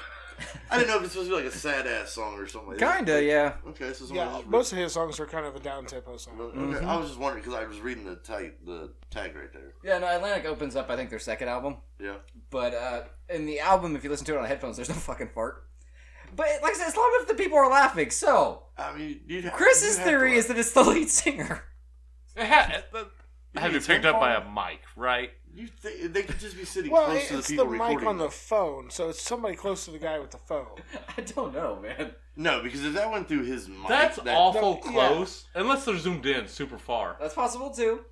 D: I didn't know if it's supposed to be like a sad ass song or something. like that.
B: Kinda, yeah.
D: Okay, so someone
C: Yeah,
D: just
C: most of his songs are kind of a down tempo song.
D: Okay,
B: Mm-hmm.
D: I was just wondering because I was reading the tag, the tag right there.
B: Yeah, no, Atlantic opens up I think their second album.
D: Yeah.
B: But uh in the album if you listen to it on headphones, there's no fucking fart. But like I said, it's not enough that people are laughing, so
D: I mean, you'd have,
B: Chris's
D: you'd have to
B: theory
D: laugh.
B: is that it's the lead singer.
A: It ha- it- that- had to
D: need a
A: be picked up by a
D: telephone?
A: mic, right?
D: you think they could just be sitting
C: Well,
D: close
C: it-
D: to the
C: it's the,
D: people
C: mic
D: recording.
C: on the phone, so it's somebody close to the guy with the phone.
B: I don't know, man.
D: No, because if that went through his mic,
A: That's
D: that,
A: awful
C: yeah.
A: close. Unless they're zoomed in super far.
B: That's possible too.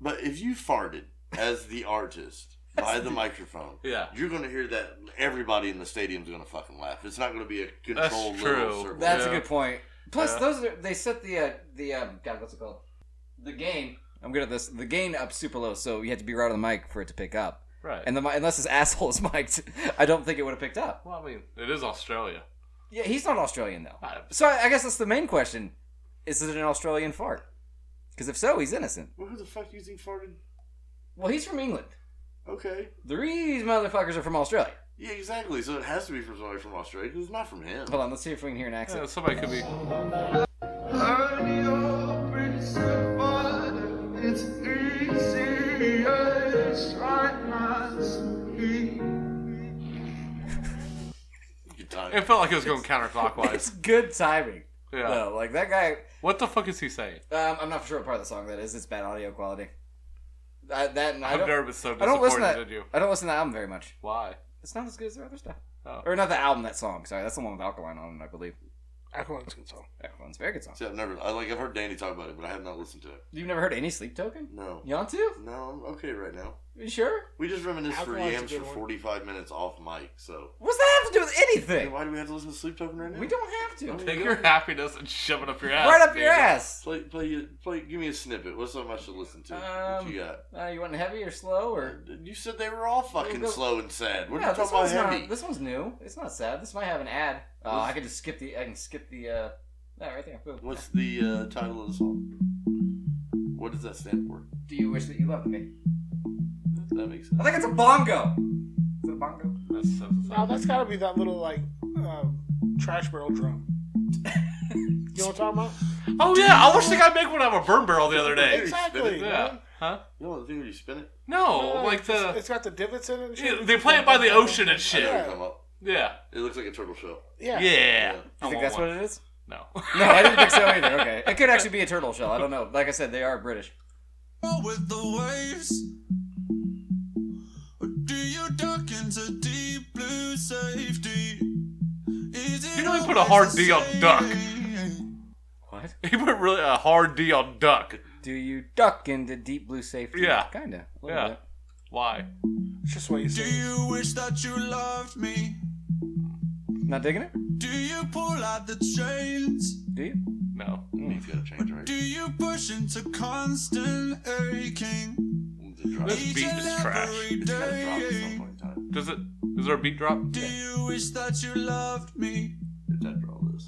D: But if you farted as the artist by the microphone,
A: Yeah.
D: you're going to hear that. Everybody in the stadium's going to fucking laugh. It's not going to be a controlled
A: true.
D: little circle.
B: That's a
A: Yeah.
B: good point. Plus
A: Yeah.
B: those are they set the uh the um God, what's it called? The gain. I'm good at this. The gain up super low, so you had to be right on the mic for it to pick up.
A: Right.
B: And the mi- unless his asshole is mic'd, I don't think it would have picked up.
A: well, I mean, it is Australia.
B: Yeah, he's not Australian though.
A: I-
B: So I I guess that's the main question: Is it an Australian fart? Because if so, he's innocent.
D: Well, who the fuck you think farted?
B: Well, he's from England.
D: Okay.
B: These motherfuckers are from Australia.
D: Yeah, exactly. So it has to be from somebody from Australia 'cause it's not from him.
B: Hold on, let's see if we can hear an
A: Yeah,
B: accent.
A: somebody could be.
F: Earn your Prince of Water. It's easy as right minds he.
D: Good time.
A: It felt like it was going
B: It's
A: counterclockwise.
B: good timing.
A: Yeah.
B: Though, like that guy.
A: What the fuck is he saying?
B: Um, I'm not sure what part of the song that is. It's bad audio quality. Uh, that and I
A: I've
B: don't.
A: never been so
B: I don't listen
A: disappointed
B: to.
A: in you.
B: I don't listen to the album very much.
A: Why?
B: It's not as good as their other stuff.
A: Oh.
B: Or not the album, that song. Sorry, that's the one with Alkaline on it, I believe.
C: Aqualung's a good song.
B: Alkaline's a very good song.
D: See, I've never, I, like, I've heard Danny talk about it, but I have not listened to it.
B: You've never heard any Sleep Token?
D: No.
B: You want to?
D: No, I'm okay right now.
B: You sure?
D: We just reminisced
C: How
D: for
C: long is
D: yams
C: a
D: for
C: good one?
D: 45 minutes off mic, so.
B: What's that have to do with
D: Hey,
B: anything?
D: why do we have to listen to Sleep Token right now?
B: We don't have to.
D: Okay.
A: Take your happiness and shove it up your ass.
B: right up your
A: dude.
B: ass.
D: Play, play, you- play. Give me a snippet. What's something I should listen to? what
B: Um,
D: you got?
B: Uh, you want heavy or slow or?
D: You said they were all fucking
B: We'll go-
D: slow and sad. We're
B: Yeah,
D: not
B: this
D: talking about
B: one's not-
D: heavy.
B: This one's new. It's not sad. This might have an ad. Oh,
D: What's-
B: I can just skip the. I can skip the. uh That right there. Boom.
D: What's the uh, title of the song? What does that stand for?
B: Do you wish that you loved me?
D: That makes
B: I
D: sense.
B: think it's a bongo. Is it a bongo?
A: That's, that's,
C: Now that's got to be that little like um, trash barrel drum. you know what I'm talking about?
A: Oh yeah, I wish the guy made one out of a burn barrel the other day.
C: Exactly.
A: Yeah.
C: man.
A: Huh?
D: You know the thing where you spin it?
A: No,
C: Uh,
A: Oh, like
C: it's just-
A: the
C: it's got the divots in it. And
A: yeah,
C: shit.
A: they play it by the ocean and
D: I know
A: shit.
D: it come up.
A: Yeah.
D: It looks like a turtle shell.
C: Yeah.
A: Yeah.
B: You think that's what it is?
A: No.
B: No, I didn't think so either. Okay, it could actually be a turtle shell. I don't know. Like I said, they are British.
G: with the waves? Or do you duck into deep blue safety? Is it
A: You know he put a hard D on duck.
B: What?
A: He put really a hard D on duck.
B: Do you duck into deep blue safety?
A: Yeah.
B: kinda. a little
A: Yeah.
B: bit.
A: Why?
C: It's just what you
G: Do
C: say.
G: you wish that you loved me?
B: Not digging it?
G: Do you pull out the chains?
B: Do you?
A: No.
D: Means gotta change, right?
G: Do you push into constant aching?
D: It's a drop.
A: This
G: Each
A: beat
G: and
A: is trash.
G: every
D: It's gotta drop at some
G: day.
D: point in time.
A: Does it? Is there a beat drop?
G: Do you wish that you loved me?
D: It's after all this.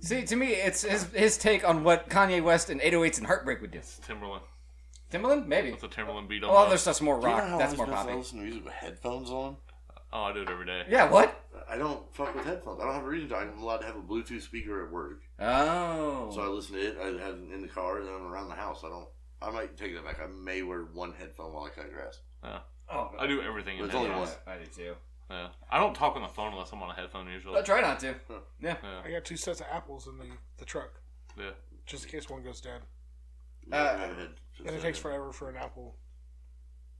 B: See, to me, it's his, his take on what Kanye West and 808s and Heartbreak would do.
A: It's Timberland.
B: Timbaland, maybe.
A: It's a Timberland beat.
B: A lot
A: On
B: of their stuff's more
D: Do you know
B: rock.
D: how
B: That's
D: I'm
B: more
D: supposed to
B: poppy.
D: listen to music with headphones on?
A: oh, I do it every day.
B: Yeah. What?
D: I don't fuck with headphones. I don't have a reason to. I'm allowed to have a Bluetooth speaker at work. So I
B: Oh.
D: listen to it. I have it in the car and then I'm around the house. I don't. I might take that back. I may wear one headphone while I cut grass.
B: Oh.
A: I do everything. In
D: There's only
A: headphones.
D: one.
B: I do too.
A: Yeah. I don't talk on the phone unless I'm on a headphone usually.
B: I try not to. Yeah.
A: Yeah.
C: I got two sets of apples in the, the truck
A: yeah.
C: just in case one goes dead,
D: You don't have a head-
C: and it takes forever for an apple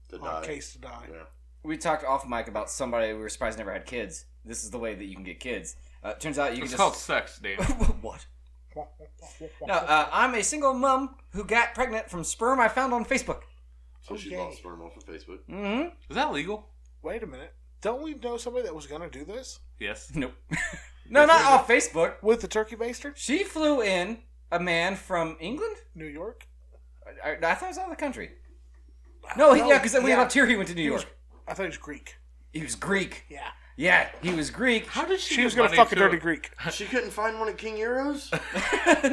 D: to
C: uh,
D: die.
C: case to die.
D: Yeah.
B: We talked off mic about somebody we were surprised never had kids. This is the way that you can get kids. Uh, turns out you
A: It's
B: can
A: called
B: just.
A: sex, Dan.
B: what? No, uh, I'm a single mum who got pregnant from sperm I found on Facebook.
D: So she
C: Okay.
D: bought sperm off of Facebook.
B: Mm-hmm.
A: Is that legal?
C: Wait a minute. Don't we know somebody that was going to do this
A: Yes.
B: Nope. no, not off Facebook.
C: with the turkey baster?
B: She flew in a man from England.
C: New York.
B: I, I thought he was out of the country. Uh, No, he, yeah, because we
C: yeah.
B: have up here. He went to New
C: He
B: York.
C: was- I thought he was Greek.
B: he was Greek.
C: Yeah,
B: Yeah, he was Greek.
A: How did she?
C: she
A: get
C: was going to
A: money
C: fuck a
A: to-
C: dirty Greek.
D: She couldn't find one at King Euros?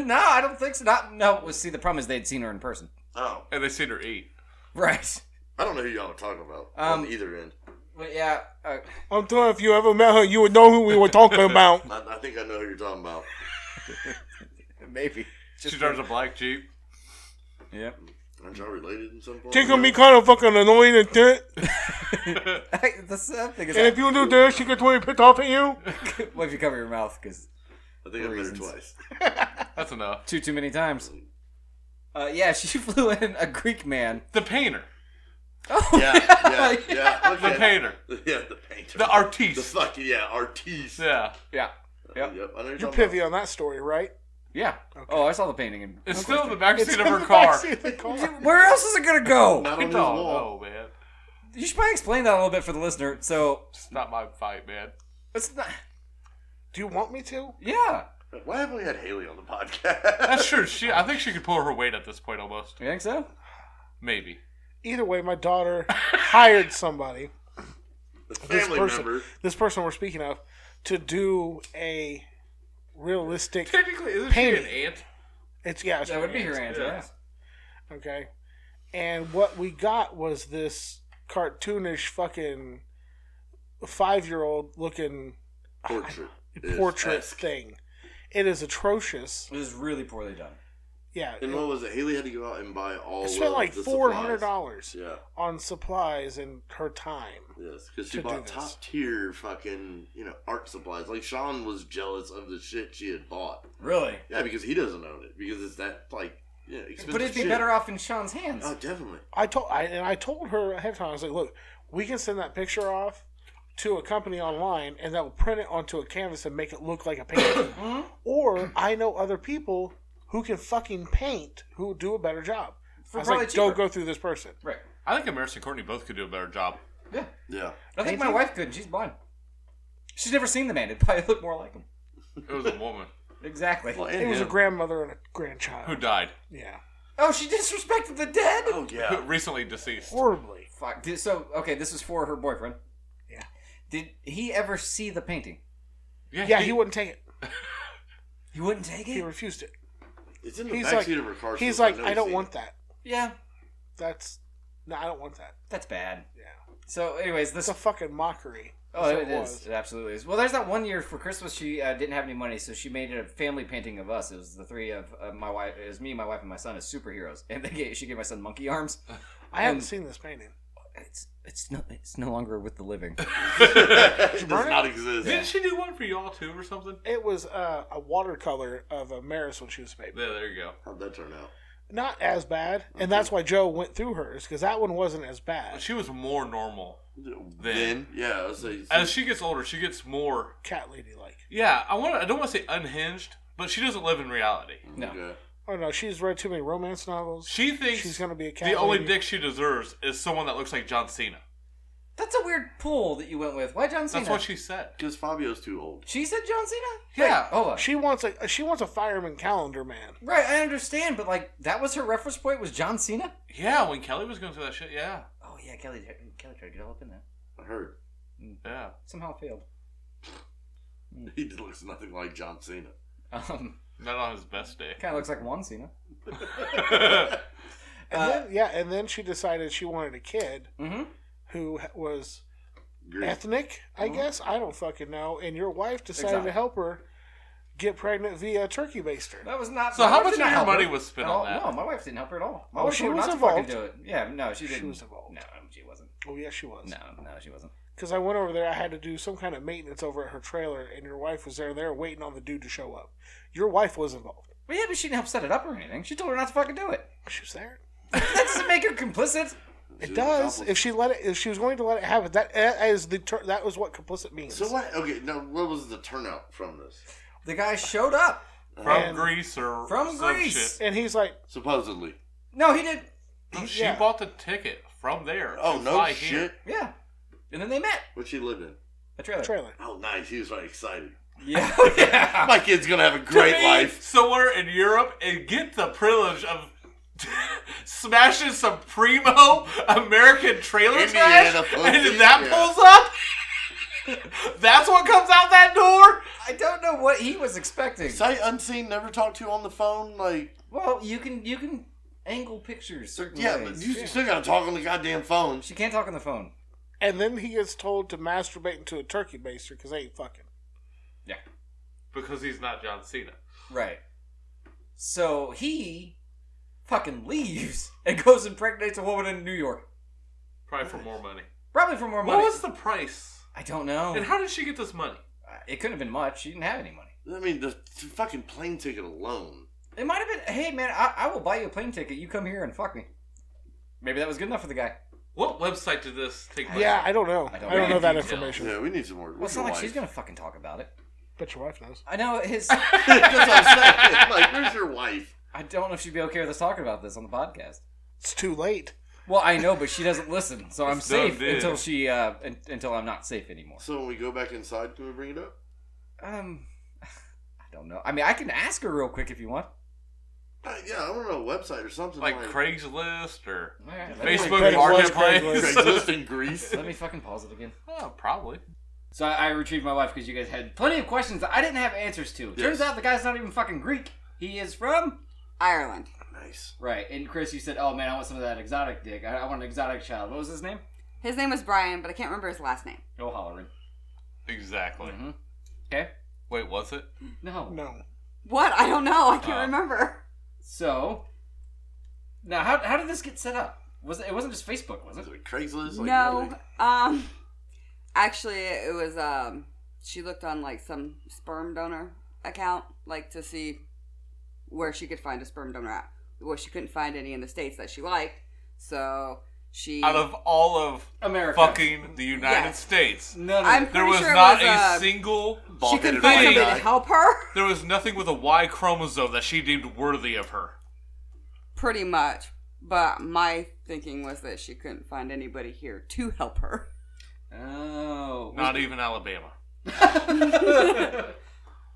B: no, I don't think so. Not, no, well, see, the problem is they'd seen her in person.
D: Oh.
A: And they seen her eat.
B: Right.
D: I don't know who y'all are talking about
B: Um,
D: on either end.
B: But yeah, uh,
C: I'm telling you, if you ever met her, you would know who we were talking about.
D: I, I think I know who you're talking about.
B: maybe.
A: She drives a black jeep.
B: Yep.
D: Aren't y'all related in some form?
C: She can be kind of fucking annoying and shit.
B: the sad thing is,
C: And if you do this, she gets really pissed off at you.
B: what if you cover your mouth? Because
D: I think I've met her
B: reasons.
D: twice.
A: That's enough.
B: too, too many times. Uh, yeah, she flew in a Greek man.
A: The painter.
B: Oh,
D: Yeah, yeah, yeah. Look
A: The
D: at-
A: painter.
D: Yeah, the painter.
A: The
D: The
A: artiste.
D: fuck, yeah, artiste.
A: yeah.
B: yeah. Yep.
D: Yep, I know who
C: You're
D: you're talking
C: pivy on that story, right?
B: Yeah. Oh, I saw the painting. In-
A: It's still in the backseat
C: It's
A: of
C: in
A: her
C: the
A: car.
C: backseat of the car.
B: Where else is it gonna go?
D: about. Not
A: I don't
D: on his wall.
A: know, Oh, man.
B: You should probably explain that a little bit for the listener. So
A: It's not my fight, man.
B: it's not.
C: Do you want me to?
B: Yeah.
C: oh.
D: Why haven't we had Haley on the podcast?
A: That's true. She, I think she could pull her weight at this point almost.
B: You think so?
A: Maybe.
C: Either way, my daughter hired somebody,
D: The
C: this
D: family member.
C: person, this person we're speaking of, to do a realistic.
A: Technically, isn't
C: Painting.
A: she an ant?
C: It's yeah, it's,
B: That would be your answer.
A: Yeah.
B: yes.
C: okay. And what we got was this cartoonish fucking five-year-old looking
D: Portrait. is
C: portrait
D: esque.
C: thing. It is atrocious.
B: It was really poorly done.
C: Yeah,
D: And what was it? Haley had to go out and buy all.
C: I spent
D: of
C: like
D: the
C: four hundred
D: supplies.
C: dollars
D: Yeah.
C: on supplies and her time.
D: Yes, because she
C: to do
D: bought
C: this.
D: top tier fucking you know art supplies. Like Sean was jealous of the shit she had bought.
B: Really.
D: Yeah, because he doesn't own it because it's that like yeah expensive.
B: But it'd be
D: shit.
B: better off in Sean's hands.
D: Oh, definitely.
C: I told I, and I told her ahead of time. I was like, "Look, we can send that picture off to a company online, and they'll print it onto a canvas and make it look like a painting." or I know other people who can fucking paint who do a better job.
B: For
C: I was like,
B: probably
C: "Go
B: cheaper."
C: go through this person."
B: Right.
A: I think Emerson and Courtney both could do a better job.
B: Yeah.
D: Yeah.
B: I think my wife could. and She's blind. She's never seen the man. It'd probably look more like him.
A: It was a woman
B: Exactly.
C: It was a grandmother and a grandchild.
A: who died
C: Yeah,
B: Oh, she disrespected the dead.
D: Oh
A: Uh,
D: yeah.
A: recently deceased.
C: horribly.
B: Fuck. Did, so okay, this was for her boyfriend.
C: Yeah.
B: Did he ever see the painting?
C: Yeah, he wouldn't take it.
B: He wouldn't take
C: He
B: it.
C: refused it.
D: It's in the
C: He's
D: backseat
C: like,
D: of her car.
C: he's
D: so
C: like,
D: know
C: "I
D: he's
C: don't
D: seen
C: want
D: it.
C: that.
B: yeah.
C: That's no, I don't want that."
B: That's bad.
C: Yeah,
B: So, anyways,
C: it's
B: this
C: a fucking mockery.
B: Oh,
C: That's
B: it
C: what
B: is. It absolutely is. Well, there's that one year for Christmas she uh, didn't have any money, so she made a family painting of us. It was the three of uh, my wife. It was me, my wife, and my son as superheroes, and they gave, she gave my son monkey arms.
C: I haven't
B: And-
C: seen this painting.
B: It's it's no it's no longer with the living.
D: it does not exist.
A: Didn't she do one for y'all too or something?
C: It was uh, a watercolor of a Maris when she was a baby.
A: There, there you go.
D: How'd that turn out?
C: Not as bad, and that's why Joe went through hers because that one wasn't as bad.
A: She was more normal.
D: Then, yeah. I was like,
A: As she gets older, she gets more.
C: Cat lady like.
A: Yeah, I want. to I don't want to say unhinged, but she doesn't live in reality.
B: No.
D: Okay.
C: Oh no, she's read too many romance novels.
A: She thinks
C: She's gonna be a cat
A: the only
C: lady.
A: dick she deserves is someone that looks like John Cena.
B: That's a weird pull that you went with. Why John Cena?
A: That's what she said.
D: Because Fabio's too old.
B: She said John Cena.
A: Yeah.
B: Wait, hold on.
C: she wants a she wants a fireman calendar man.
B: Right, I understand, but like that was her reference point was John Cena.
A: Yeah, when Kelly was going through that shit. Yeah,
B: Oh yeah, Kelly Kelly tried to get all up in there.
D: I heard
A: yeah.
B: Somehow failed.
D: he just looks nothing like John Cena.
B: Um,
A: Not on his best day.
B: kind of looks like Juan Cena.
C: And
B: Uh,
C: then, yeah, and then she decided she wanted a kid
B: Mm-hmm.
C: who h- was
D: Great.
C: ethnic, I guess. I don't fucking know. And your wife decided
B: Exotic.
C: to help her get pregnant via a turkey baster.
B: That was not.
A: So
B: my
A: how
B: wife
A: much
B: didn't
A: of your
B: help
A: money
B: her
A: was spent
B: at all.
A: on that?
B: No, my wife didn't help her at all. My
C: Oh,
B: wife
C: she
B: told her
C: was
B: not
C: involved.
B: to fucking do it. Yeah, no, she didn't.
C: was involved.
B: No, she wasn't.
C: Oh yeah, she was.
B: No, no, she wasn't.
C: Because I went over there, I had to do some kind of maintenance over at her trailer, and your wife was there, there waiting on the dude to show up. Your wife was involved.
B: But yeah, but she didn't help set it up or anything. She told her not to fucking do it.
C: She was there.
B: That doesn't make her complicit.
C: It does. If she let it, if she was going to let it happen, that, that is the ter- that was what complicit means.
D: So what? Okay, now what was the turnout from this?
B: The guy showed up.
A: From
C: And-
A: Greece or
B: From
A: some
B: Greece.
A: shit.
C: And he's like,
D: Supposedly,
B: No, he didn't.
A: No, she
C: yeah.
A: bought the ticket from there.
D: Oh
A: to
D: no
A: fly
D: shit!
A: here.
B: Yeah. And then they met.
D: What she lived in?
B: A trailer.
C: Trailer.
D: Oh nice, he was like excited.
B: Yeah. yeah.
D: My kid's gonna have a great
A: To be
D: life.
A: Somewhere in Europe and get the privilege of smashing some primo American trailer
D: Indiana
A: trash,
D: pussy,
A: and that
D: yeah.
A: pulls up. That's what comes out that door.
B: I don't know what he was expecting.
D: Sight unseen, never talked to on the phone. Like
B: Well, you can you can angle pictures certain
D: yeah, but
B: ways.
D: you still gotta talk on the goddamn phone.
B: She can't talk on the phone.
C: And then he gets told to masturbate into a turkey baster because they ain't fucking.
B: Yeah.
A: Because he's not John Cena.
B: Right. So he fucking leaves and goes and impregnates a woman in New York.
A: Probably for more money.
B: Probably for more
A: What
B: money.
A: was the price?
B: I don't know.
A: And how did she get this money?
B: it couldn't have been much. She didn't have any money.
D: I mean, the, the fucking plane ticket alone.
B: It might have been, hey man, I, I will buy you a plane ticket. You come here and fuck me. Maybe that was good enough for the guy.
A: What website did this take place?
C: Yeah, I don't know.
B: I
C: I
B: don't
C: don't,
B: know
C: know
A: the
C: that
A: details.
C: information.
D: Yeah, we need some more.
B: Well, it's not like
D: wife.
B: she's gonna fucking talk about it.
C: But your wife knows.
B: I know his.
D: That's what I'm saying. Like, where's your wife?
B: I don't know if she'd be okay with us talking about this on the podcast.
C: It's too late.
B: Well, I know, but she doesn't listen, so I'm
A: It's done
B: safe
A: did.
B: until she uh, un- until I'm not safe anymore.
D: So when we go back inside, can we bring it up?
B: Um, I don't know. I mean, I can ask her real quick if you want.
D: Uh, yeah, I want to know a website or something
A: Like
D: like,
A: Craigslist or
B: All right, let, me,
A: Facebook
C: it was
A: Marketplace?
D: Craigslist in Greece.
B: let me fucking pause it again.
A: oh, probably.
B: So I, I retrieved my wife because you guys had plenty of questions that I didn't have answers to. Turns
D: Yes.
B: out the guy's not even fucking Greek. He is from
H: Ireland.
D: nice.
B: right. And Chris, you said, "Oh man, I want some of that exotic dick. I, I want an exotic child." What was his name?
H: His name was Brian, but I can't remember his last name.
B: O'Halloran.
A: Exactly.
B: Mhm. Okay.
A: Wait, was it?
B: No.
C: No.
H: What? I don't know. I can't
A: Uh.
H: remember.
B: So now, how, how did this get set up? Was it, it wasn't just Facebook, was it?
D: Is it Craigslist? Like,
H: no.
D: really?
H: Um. Actually, it was um. She looked on like some sperm donor account, like to see where she could find a sperm donor at. Well, she couldn't find any in the states that she liked, so she.
A: Out of all of
B: America.
A: fucking the United
H: Yes.
A: States,
B: No, no.
H: I'm
A: there
H: pretty
A: was
H: sure
A: not
H: it
A: a
H: was, uh,
A: single.
H: She
D: Bald-headed
H: couldn't find
D: white
H: somebody
D: guy.
H: to help her.
A: There was nothing with a Y chromosome that she deemed worthy of her.
H: Pretty much. But my thinking was that she couldn't find anybody here to help her.
B: oh.
A: Not even Alabama.
B: Our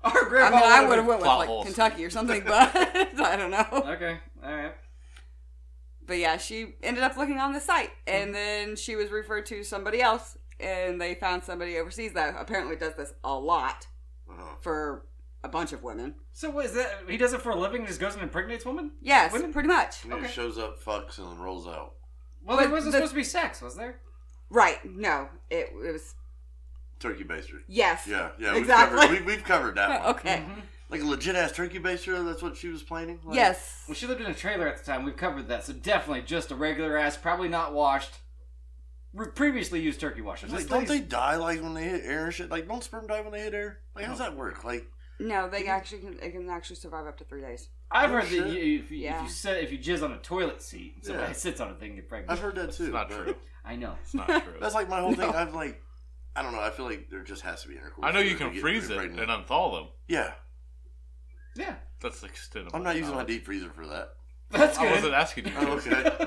H: I
B: grandpa.
H: mean, I would have went with
A: plot
H: like
A: holes.
H: Kentucky or something, but I don't know.
B: Okay. All right.
H: But yeah, she ended up looking on the site, and then she was referred to somebody else, and they found somebody overseas that apparently does this a lot
D: Uh-huh.
H: for a bunch of women.
B: So what is that? He does it for a living and just goes and impregnates women?
H: Yes,
B: Women?
H: pretty much.
D: And It shows up, fucks, and then rolls out.
B: Well, there
H: But
B: wasn't
H: the-
B: supposed to be sex, was there?
H: Right? No, it, it was
D: Turkey baster.
H: yes.
D: Yeah, yeah,
H: Exactly.
D: we've covered, we, we've covered that one.
H: okay.
D: Like a legit ass turkey baster. That's what she was planning. Like,
H: Yes.
B: Well, she lived in a trailer at the time. We've covered that. So definitely just a regular ass, probably not washed, re- previously used turkey washers.
D: Like, don't they die like when they hit air and shit? Like, don't sperm die when they hit air? Like, how does that work? Like,
H: No, they actually can, they can actually survive up to three days.
B: I've heard
D: Sure.
B: that you, if, you, if
H: Yeah.
B: you sit, if you jizz on a toilet seat, and somebody
D: Yeah.
B: sits on a thing, you're pregnant.
D: I've heard that too.
A: It's not
D: but-
A: true.
B: I know.
A: It's not true.
D: That's like my whole thing. I've like, I don't know. I feel like there just has to be intercourse.
A: I know
D: for
A: you
D: her to
A: can
D: get
A: freeze it
D: pregnant.
A: and unthaw them.
D: yeah,
B: Yeah,
A: That's the extent of
D: I'm
A: my
D: not using my
A: knowledge.
D: deep freezer for that.
B: that's
A: I
B: good.
A: wasn't asking you.
D: Oh,
A: to.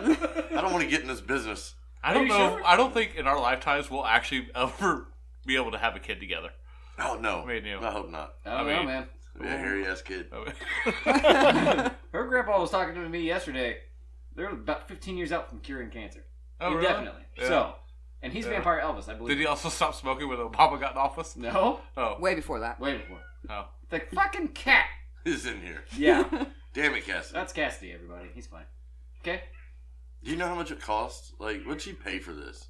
D: okay. I don't want to get in this business.
A: I
B: Are
A: don't
B: you
A: know.
B: sure?
A: I don't think in our lifetimes we'll actually ever be able to have a kid together.
D: Oh no,
A: Me and you. Oh,
D: I hope not.
B: I don't
A: I
B: know,
A: mean-
B: man.
D: I'll Be a hairy ass kid.
B: Her grandpa was talking to me yesterday. They're about 15 years out from curing cancer.
A: Oh, really?
B: Definitely.
A: Yeah.
B: So, and he's
A: Yeah.
B: Vampire Elvis, I believe.
A: Did he also stop smoking when Obama got in office?
B: No,
A: Oh.
H: Way before that.
B: way before.
A: Oh.
B: The fucking cat.
D: Is in here.
B: Yeah,
D: Damn it, Cassidy.
B: that's Cassidy. Everybody, he's fine. Okay.
D: Do you know how much it costs? Like, what'd she pay for this?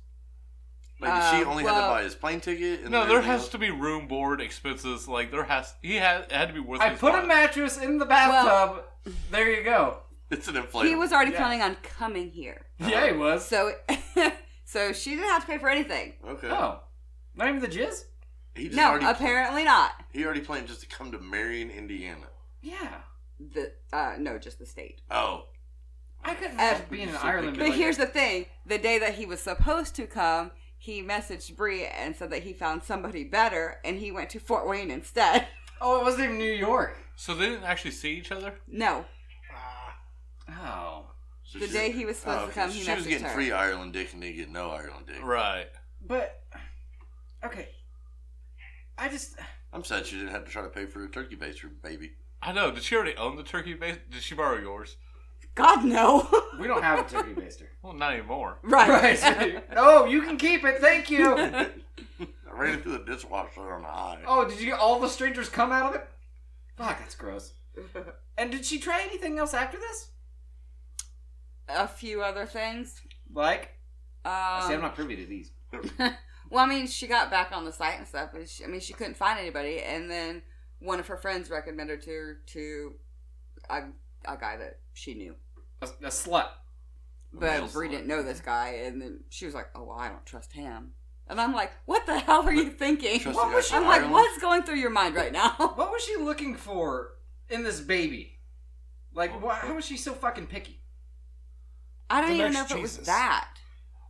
D: Like, she
H: Um,
D: only had to
H: well-
D: buy his plane ticket. And
A: No, there
D: everything
A: has
D: else?
A: to be room board expenses. Like there has he had it had to be worth.
B: I
A: his
B: put a
A: while.
B: mattress in the bathtub. there you go.
D: It's an inflatable.
H: He was already
B: Yeah.
H: planning on coming here,
B: Yeah, he was.
H: so so she didn't have to pay for anything.
D: okay.
B: Oh, not even the jizz.
D: He just
H: No,
D: already,
H: apparently not.
D: he already planned just to come to Marion, Indiana.
B: Yeah,
H: The uh, no, just the state.
D: Oh,
B: I couldn't
H: Uh,
B: uh, being in Ireland. and be
H: But
B: like,
H: here's the thing: the day that he was supposed to come, he messaged Bree and said that he found somebody better, and he went to Fort Wayne instead.
B: oh, it wasn't even New York.
A: So they didn't actually see each other.
H: No,
B: Oh,
D: So
H: The
D: she-
H: day he was supposed to
D: okay.
H: come, he
D: She was
H: messaged
D: getting
H: her.
D: free Ireland dick and didn't get no Ireland dick.
A: Right.
B: But okay, I just
D: I'm sad she didn't have to try to pay for a turkey baster, baby.
A: I know. Did she already own the turkey base? Did she borrow yours?
H: God no.
B: we don't have a turkey baster.
A: Well, not anymore.
H: right.
B: Right. oh, you can keep it. Thank you.
D: I ran it through the dishwasher on the eye.
B: Oh, did you get all the strangers come out of it? Fuck, that's gross. And did she try anything else after this?
H: A few other things.
B: Like,
H: Um,
B: see, I'm not privy to these.
H: Well, I mean, she got back on the site and stuff, but she, I mean, she couldn't find anybody. And then one of her friends recommended her to to a, a guy that she knew,
B: A, a slut.
D: male
H: but Bree
D: slut.
H: didn't know this guy. And then she was like, "Oh, well, I don't trust him." And I'm like, "What the hell are you thinking?"
D: Trust
B: What
D: the guy
B: was-
D: from
H: I'm like,
D: Ireland?
H: "What's going through your mind right now?"
B: What was she looking for in this baby? Like, why, how was she so fucking picky?
H: I don't
C: The
H: even know if
C: next
H: it was
C: Jesus.
H: that.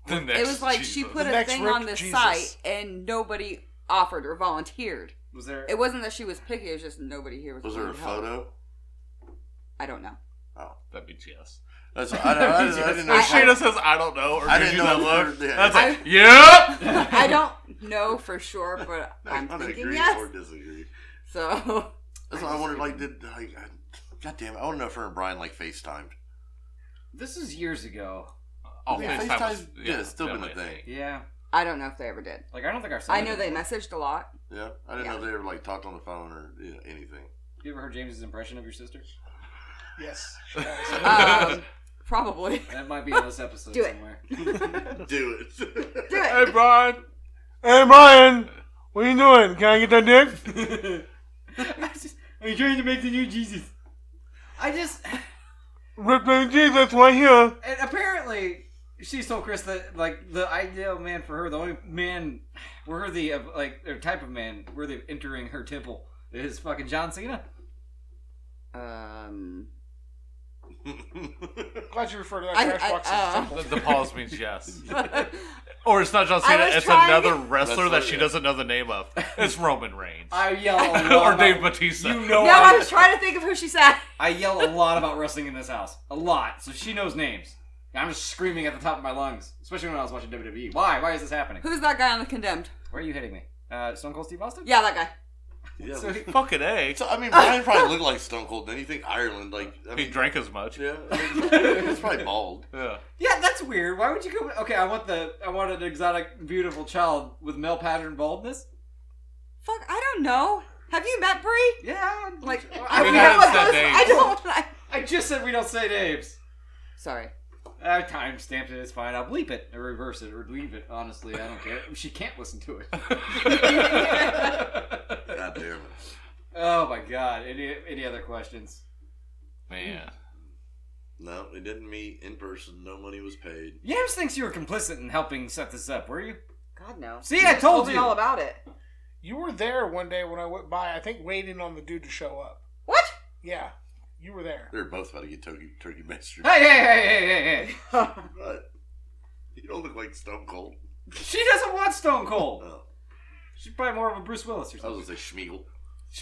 A: The next
H: it was like she
A: Jesus.
H: put
C: The
H: a
C: next
H: thing
C: Rick
H: on this
C: Jesus.
H: site and nobody offered or volunteered.
B: Was there?
H: It wasn't that she was picky; it was just nobody here was.
D: Was there a
H: willing to help.
D: photo?
H: I don't know.
D: Oh,
A: That means yes.
D: that's I, don't- I, didn't- I didn't know.
H: I-
D: she-
A: Shana says, "I don't know," or
D: I
A: gives you
D: didn't
A: that
D: know
A: look.
D: if her- yeah.
A: That's like,
H: I-
A: yep.
H: I don't know for sure, but
D: No,
H: I'm
D: I don't
H: thinking
D: agree
H: yes.
D: or disagree.
H: So
D: That's why I wondered. Like, did like, I, God damn it, I want to know if her and Brian like FaceTimed.
B: This is years ago.
A: Oh,
D: Yeah,
A: FaceTime
D: FaceTime,
A: was-
D: yeah, it's still been a
A: definitely
D: thing.
B: Yeah.
H: I don't know if they ever did.
B: Like, I don't think our. son
H: I know
B: did.
H: they messaged a lot.
D: Yeah, I didn't know
H: Yeah.
D: they ever like talked on the phone or you know, anything.
B: You ever heard James's impression of your sister?
C: Yes.
H: Um, probably.
B: That might be in this episode
H: Do it.
B: somewhere.
D: Do it.
H: Do
A: Hey,
H: it.
A: Brian.
C: Hey, Brian, what are you doing? Can I get that dick?
B: I just, I'm trying to make the new Jesus. I just.
C: Rick Baby Jesus right here.
B: And apparently, she's told Chris that like the ideal man for her, the only man worthy of like or type of man worthy of entering her temple is fucking John Cena.
H: Um,
C: Glad you referred to that
H: I-
C: trash
H: I-
C: box
H: uh,
C: as a temple.
A: The, the pause means yes. Or it's not John
H: I
A: Cena.
H: was
A: It's
H: trying-
A: another wrestler that
D: Wrestler,
A: she
D: yeah.
A: doesn't know the name of. It's Roman Reigns
B: I yell a lot
A: or
B: about-
A: Dave Batista.
B: You know,
H: no, I
B: I,
H: was trying to think of who she said.
B: I yell a lot about wrestling in this house, a lot. So she knows names. And I'm just screaming at the top of my lungs, especially when I was watching WWE. Why? Why is this happening?
H: Who's that guy on the condemned?
B: Where are you hitting me? Uh, Stone Cold Steve Austin?
H: Yeah, that guy.
D: yeah,
B: So he-
A: Fucking a.
D: so, I mean, Brian probably looked like Stone Cold. Then you think Ireland, like, I
A: He
D: mean,
A: drank as much.
D: yeah, I mean, he's probably bald.
A: Yeah.
B: Yeah, that's weird. Why would you go? Okay, I want the I want an exotic, beautiful child with male pattern baldness.
H: Fuck, I don't know. Have you met Brie?
B: Yeah,
H: Like,
B: I,
H: I,
A: mean,
B: mean,
H: don't know
A: haven't
H: what
A: said
H: those-
A: names.
H: I don't. I,
B: I just said we don't say names.
H: sorry.
B: I timestamped it. It's fine. I'll bleep it or reverse it or leave it. Honestly, I don't care. She can't listen to it.
D: God damn it.
B: oh my god. Any any other questions?
D: Mm.
A: Man.
D: No, they didn't meet in person. No money was paid.
B: Yams thinks you were complicit in helping set this up. Were you?
H: God no.
B: See, I told
H: me
B: you.
H: all about it.
C: You were there one day when I went by, I think waiting on the dude to show up.
H: What?
C: Yeah, you were there.
D: They're both about to get turkey turkey bastard.
B: Hey hey hey hey hey hey.
D: But you don't look like Stone Cold.
B: She doesn't want Stone Cold.
D: Oh,
B: She's probably more of a Bruce Willis or
D: I was
B: something.
D: gonna say Schmiegel.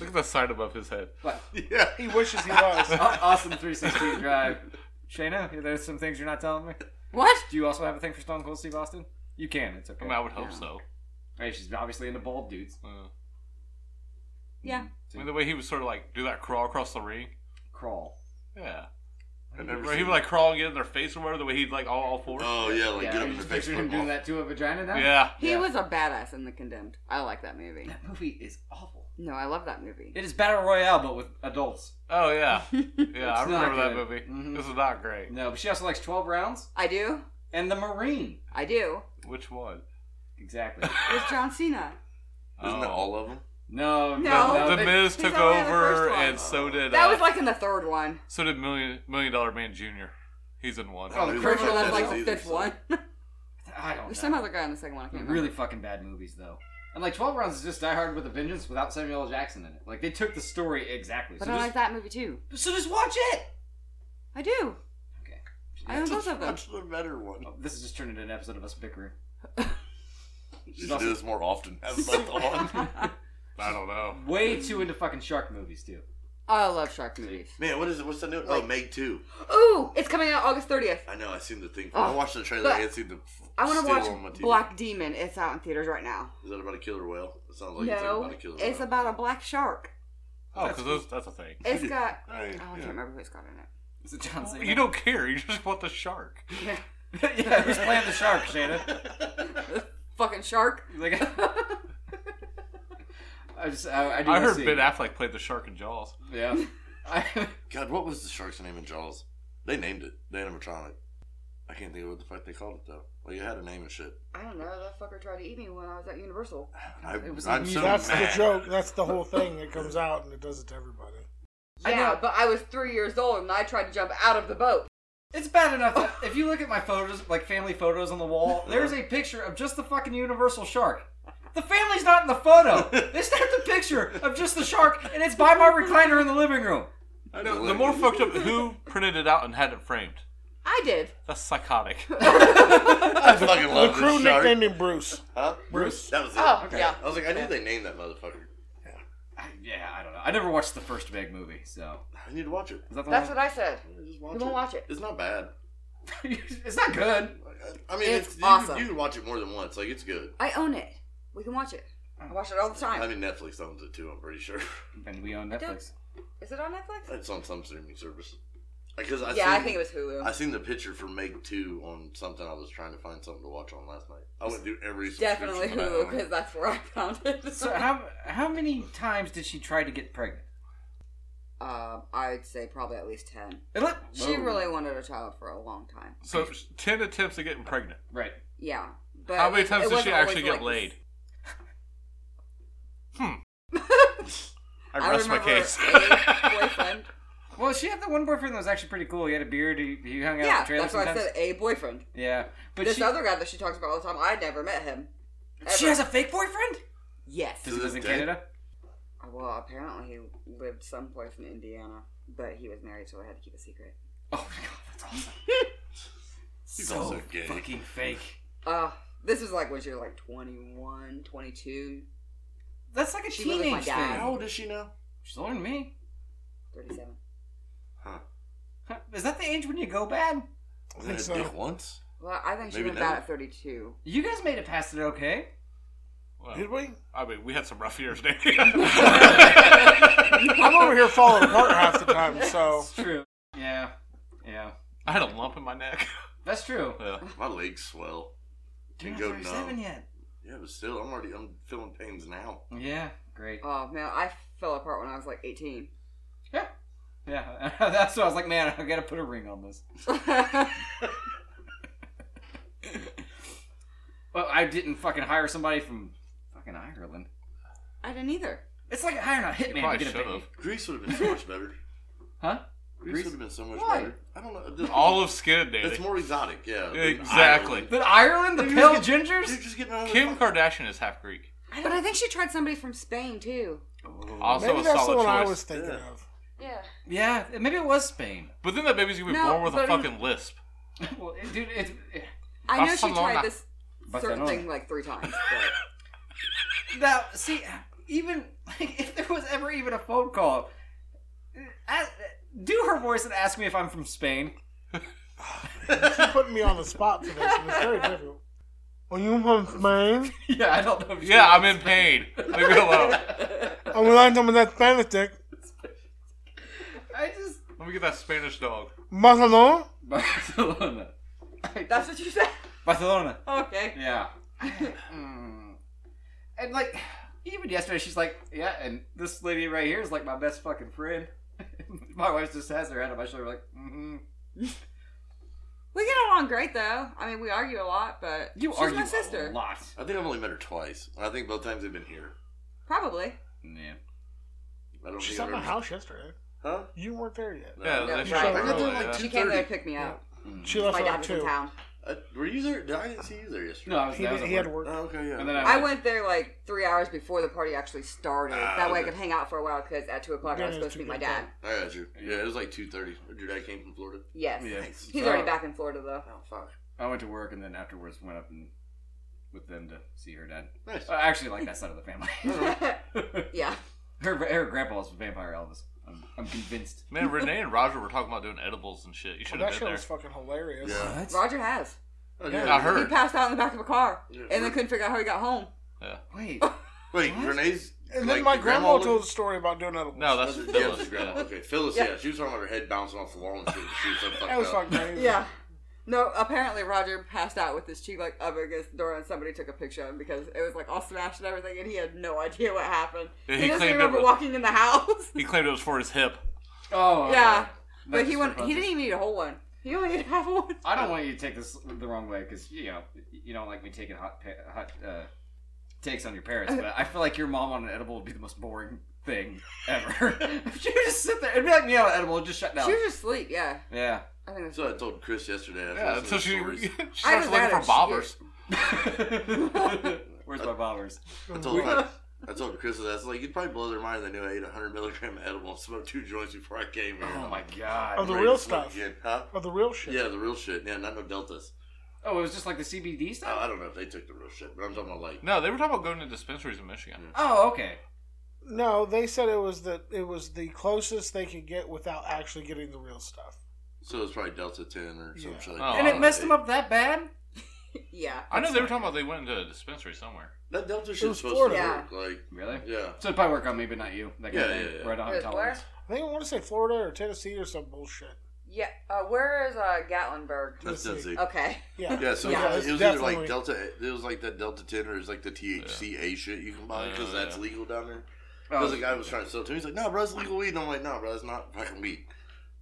A: Look at the sign above his head.
B: But
D: Yeah.
C: He wishes he was.
B: Aw- awesome 316 drive. Shayna, there's some things you're not telling me.
H: What?
B: Do you also have a thing for Stone Cold Steve Austin? You can. It's
A: I
B: okay.
A: mean, I would hope so.
B: Hey, she's obviously into bald dudes. Mm-hmm.
A: Uh,
H: Yeah.
A: I mean, the way he would sort of like do that crawl across the ring.
B: Crawl.
A: Yeah.
D: I've never
A: Where he
D: seen-
A: would like crawl and get in their face or whatever, the way he'd like all, all fours.
D: Oh yeah, like
B: yeah,
D: get up
B: you
D: in the
B: just
D: face.
B: pictured him doing that to a vagina now?
A: yeah.
H: He
B: Yeah.
H: was a badass in The Condemned. I like that movie.
B: That movie is awful.
H: No, I love that movie.
B: It is Battle Royale, but with adults.
A: Oh, yeah. Yeah, I
B: It's not
A: remember that
B: good.
A: movie.
H: Mm.
B: Mhm.
A: This is not great.
B: No, but she also likes 12 rounds
H: I do.
B: and the Marine.
H: I do.
A: Which one?
B: Exactly.
H: With John Cena.
D: Isn't that
A: Oh.
D: all of them?
B: No, no.
H: No.
A: the
B: they-
A: Miz
H: he's
A: took
H: only on the first
A: over,
H: one.
A: and so did
H: That
A: uh,
H: was like in the third one.
A: so did Million Million Dollar Man Junior. He's in one.
D: Oh,
H: The
D: Who
H: first one
D: likes
H: was like
D: that
H: the
D: either,
H: fifth
D: so-
H: one.
B: I don't know.
H: There's some other guy in the second one. I can't
B: really
H: remember.
B: fucking bad movies, though. And like 12 rounds is just Die Hard with a Vengeance without Samuel L. Jackson in it. Like they took the story exactly.
H: But
B: so
H: I
B: just-
H: like that movie too.
B: So just watch it.
H: I do.
B: Okay.
H: I own
D: That's
H: both of them.
D: the better one.
B: Oh, this has just turned into an episode of us bickering.
D: You should do this more often. Have both on.
A: I don't know.
B: Way too into fucking shark movies too.
H: I love shark movies.
D: Man, what is it? What's the new? Oh, Meg Two.
H: Ooh, it's coming out August 30th.
D: I know. I seen the thing. I
H: Oh,
D: watched the trailer.
H: but
D: I had seen the.
H: I want
D: still
H: to
D: on my
H: watch
D: TV.
H: Black Demon. It's out in theaters right now.
D: Is that about a killer whale? It sounds like it's like
H: no,
D: about a killer whale.
H: it's about a black shark.
A: Oh, because that's a thing.
H: It's got.
D: All right,
H: Oh, I
D: yeah.
H: can't remember who's got in it.
B: Is it John Cena?
A: You don't care. You just want the shark.
B: yeah, who's playing the shark, Shannon?
H: Fucking shark.
B: Like, I just, I, I, do
A: I
B: wanna
A: heard
B: see.
A: Ben Affleck played the shark in Jaws.
B: Yeah. I,
D: God, what was the shark's name in Jaws? They named it the animatronic. I can't think of what the fuck they called it though. Like it had a name and shit.
H: I don't know. That fucker tried to eat me when I was at Universal.
D: I,
B: It was
D: I'm
B: a
D: so
B: music-
C: That's the
D: mad.
C: joke. That's the whole thing that comes out, and it does it to everybody.
H: Yeah,
B: know.
H: but I was three years old and I tried to jump out of the boat.
B: it's bad enough that if you look at my photos, like family photos on the wall, there's a picture of just the fucking universal shark. The family's not in the photo. They snapped a picture of just the shark, and it's by my recliner in the living room.
A: No, the more fucked up, who printed it out and had it framed?
H: I did.
A: That's psychotic.
D: I fucking
C: The
D: love
C: crew
D: this shark.
C: nicknamed him Bruce.
D: huh? Bruce. That was it.
H: Oh, yeah.
D: I was like, I knew they named that motherfucker.
B: I- Yeah, I don't know. I never watched the first Meg movie, so
D: I need to watch it.
B: is that the
H: That's
B: one?
H: what I said.
D: Yeah, Just watch
H: You won't
D: it.
H: watch it.
D: It's not bad.
B: it's not good.
D: I- I mean,
H: It's
D: it's,
H: awesome.
D: You, you can watch it more than once. Like it's good.
H: I own it. We can watch it. I watch it all the
D: I
H: time.
D: mean, Netflix owns it too. I'm pretty sure
B: And we own Netflix.
H: Is it on Netflix?
D: it's on some streaming service. Because I
H: yeah,
D: seen,
H: I think it was Hulu.
D: I seen the picture for Meg Two on something I was trying to find something to watch on last night. I went through every subscription
H: Definitely
D: that I
H: Hulu
D: own.
H: because that's where I found it.
B: So how how many times did she try to get pregnant?
H: Um, I'd say probably at least ten.
B: It look-
H: She
B: Whoa.
H: really wanted a child for a long time.
A: so ten attempts at getting pregnant.
B: right.
H: Yeah, but
A: How many
H: it-
A: times
H: it
A: did she
H: wasn't always
A: actually get
H: like
A: laid? Hmm.
H: this.
A: I rest my case.
H: a boyfriend.
B: Well, she had the one boyfriend that was actually pretty cool. He had a beard. He, he hung out
H: yeah,
B: in the trailer
H: that's why I
B: sometimes.
H: said a boyfriend.
B: Yeah, but
H: this
B: she,
H: other guy that she talks about all the time, I never met him.
B: she
H: ever.
B: has a fake boyfriend.
H: Yes.
B: Does he
D: this
B: live in
D: day?
B: Canada?
H: Well, apparently he lived someplace in Indiana, but he was married, so I had to keep it secret.
B: Oh my god, that's awesome.
D: He's
B: so
D: also gay.
B: fucking fake.
H: Uh, this was like when she was like 21, 22,
B: That's like a
H: She lives with my
B: teenage
H: dad.
B: thing.
D: How old is she now?
B: She's older than me.
H: 37.
D: Huh.
B: Huh, Is that the age when you go bad?
D: Was that a
C: so.
D: dick once?
H: Well, I think she
D: Maybe
H: went
D: never.
H: bad at 32.
B: You guys made it past it okay.
C: Did
A: Well,
C: we?
A: I mean, we had some rough years, Nick.
C: I'm over here falling apart half the time.
D: Oh.
C: So
B: It's true. Yeah, yeah,
A: I had a lump in my neck.
B: that's true.
A: Yeah.
D: My legs swell.
B: You're not
D: Can go
B: 37
D: numb.
B: yet.
D: Yeah, but still, I'm already I'm feeling pains now.
B: Yeah, great.
H: Oh, man, I fell apart when I was like 18.
B: Yeah, yeah. that's what I was like, man. I gotta put a ring on this. Well, I didn't fucking hire somebody from fucking Ireland.
H: I didn't either.
B: It's like hiring a hitman to
A: probably
B: get a
A: should
B: baby.
A: have.
D: Greece would have been so much better.
B: Huh?
D: Greece,
B: Greece?
D: would have been so much
B: Why?
D: better. I don't know. This-
A: Olive skin,
D: It's
A: Danny.
D: more exotic, yeah. than
A: Exactly.
D: Ireland.
B: But Ireland, the
D: Dude,
B: pale
D: you get- You're
B: gingers.
D: just getting another
A: Kim
D: fuck-
A: Kardashian is half Greek.
H: But I think she tried somebody from Spain, too.
A: Also
C: maybe
A: a
C: that's
A: solid
C: the one
A: choice.
C: I was thinking
D: Yeah.
C: of.
H: Yeah.
B: Yeah, maybe it was Spain.
A: But then that baby's gonna be
H: No,
A: born with a
H: but-
A: fucking lisp.
B: well, it- dude, it's
H: I know she
A: Barcelona.
H: tried this certain
B: Barcelona.
H: thing like three times. But...
B: now see even like if there was ever even a phone call, ask, do her voice and ask me if I'm from Spain.
C: You're putting me on the spot for this, and it's very difficult. Are you from Spain?
B: yeah, I don't know. If she-
A: Yeah, I'm in pain. Leave me alone.
C: I'm relying on that Spanish dick.
B: I just
A: Let me get that Spanish dog.
C: Barcelona?
B: Barcelona,
H: That's what you said?
B: Barcelona.
H: Okay.
B: Yeah. Mm. and like, even yesterday, she's like, yeah, and this lady right here is like my best fucking friend. my wife just has her head on my shoulder, like, mm-hmm.
H: We get along great though. I mean, we argue a lot, but
B: you
H: she's
B: argue
H: my sister.
B: a lot.
D: I think I've only met her twice. And I think both times they've been here.
H: Probably.
B: Yeah.
D: I don't
C: She's
D: think
C: at
D: I've
C: my
D: ever-
C: house yesterday.
D: Huh?
C: You weren't there yet.
D: No.
A: Yeah,
H: No,
A: that's
H: right.
A: right.
C: I
D: got them, like,
A: Yeah.
H: She came there
D: 2:30.
H: to pick me up.
B: Mm.
C: She left
H: My dad
C: around
H: was in
C: two.
H: town.
D: I, were you there? No, I didn't see you there yesterday.
B: No, I was,
C: He,
B: I
C: did,
B: was at
C: he had to
B: work.
C: work.
D: Oh, okay, yeah.
B: And then I,
H: I
B: went.
H: went there like three hours before the party actually started.
D: Ah,
H: that way I could hang out for a while because at two o'clock I was
C: Yeah,
H: supposed to
C: two
H: meet my
C: o'clock.
H: dad.
D: I got you. Yeah, it was like 2.30. Your dad came from Florida.
H: Yes.
B: Yes.
H: He's already
B: Oh.
H: back in Florida though.
D: Oh, fuck.
B: I went to work, and then afterwards went up and with them to see her dad.
D: Nice.
B: I actually like that side of the family.
H: yeah.
B: her her grandpa was Vampire Elvis. I'm, I'm convinced.
A: Man, Renee and Roger were talking about doing edibles and shit. You should
C: that
A: have
C: shit
A: been there.
C: was fucking hilarious.
D: Yeah.
H: Roger has.
D: Oh,
A: I
H: He
A: heard.
H: passed out in the back of a car,
D: Yeah.
H: and they couldn't figure out how he got home.
B: Wait,
D: Wait, Renee's.
C: And
D: like,
C: then my
D: your
C: grandma
D: looked-
C: told a story about doing edibles.
A: No, that's
D: That's yeah, that's
A: Phyllis.
D: your grandma.
A: yeah.
D: Okay, Phyllis. Yeah.
H: Yeah.
D: she was talking about her head bouncing off the wall and shit. She was so fucked
C: that was
D: up.
C: fucking crazy.
H: Yeah. No, apparently Roger passed out with his cheek like up against the door, and somebody took a picture of him because it was like all smashed and everything, and he had no idea what happened.
A: Yeah,
H: he,
A: he
H: doesn't
A: claimed it
H: remember
A: was-
H: walking in the house.
A: He claimed it was for his hip.
B: oh
H: yeah,
B: okay.
H: but
B: That's
H: he went. He
B: preposterous.
H: didn't even eat a whole one. He only ate half one.
B: I don't want you to take this the wrong way because you know you don't like me taking hot pa- hot uh, takes on your parents, but I feel like your mom on an edible would be the most boring thing ever. if she would just sit there, it'd be like me on an edible, just shut down.
H: She was just asleep. Yeah,
B: yeah.
H: I think that's.
D: So I told Chris yesterday. I was
A: Yeah,
D: listening
A: so
D: to
A: she,
D: stories.
A: she
H: Either
A: starts looking
H: that
A: for
H: or she-
A: bobbers.
B: Where's my bombers?
D: I told my, I told Chris that. I was like, you'd probably blow their mind. They knew I ate a hundred milligram edible and smoked two joints before I came here.
B: Oh my
C: Oh,
B: god.
C: the
D: Ready
C: real
D: to smoke
C: stuff.
D: again, huh?
C: Of the real shit.
D: Yeah, the real shit. Yeah, not no deltas.
B: Oh, it was just like the CBD
D: Oh,
B: stuff.
D: I don't know if they took the real shit, but I'm talking about like.
A: No, they were talking about going to dispensaries in Michigan.
B: Oh, okay.
C: No, they said it was the it was the closest they could get without actually getting the real stuff.
D: So it's probably Delta Ten or some
C: Yeah.
D: shit. Like
A: Oh,
D: that.
B: and it messed them up that bad.
H: Yeah.
A: I know they were talking about they went to a dispensary somewhere.
D: That Delta shit's
C: was
D: supposed
C: Florida.
D: to
H: Yeah.
D: work. Like,
B: Really?
D: yeah.
B: So it'd probably work on me, but not you. That kind
D: Yeah,
B: of thing,
D: yeah, yeah.
B: where I don't have
H: Wait,
B: tolerance.
C: I think I want to say Florida or Tennessee or some bullshit.
H: Yeah. Uh, where is uh, Gatlinburg?
D: That's
C: Let's see. Uh,
D: Tennessee.
H: Okay.
C: Yeah.
D: Yeah, so
H: Yeah,
D: it was,
C: it's
D: it was either like
C: definitely-
D: Delta, it was like that Delta 10 or it was like the THCA shit you can buy because
A: Uh,
D: that's
A: yeah.
D: legal down there.
B: Oh,
D: Because the guy was trying to sell it to me. He's like, no, bro, it's legal weed. And I'm like, no, bro, that's not fucking weed.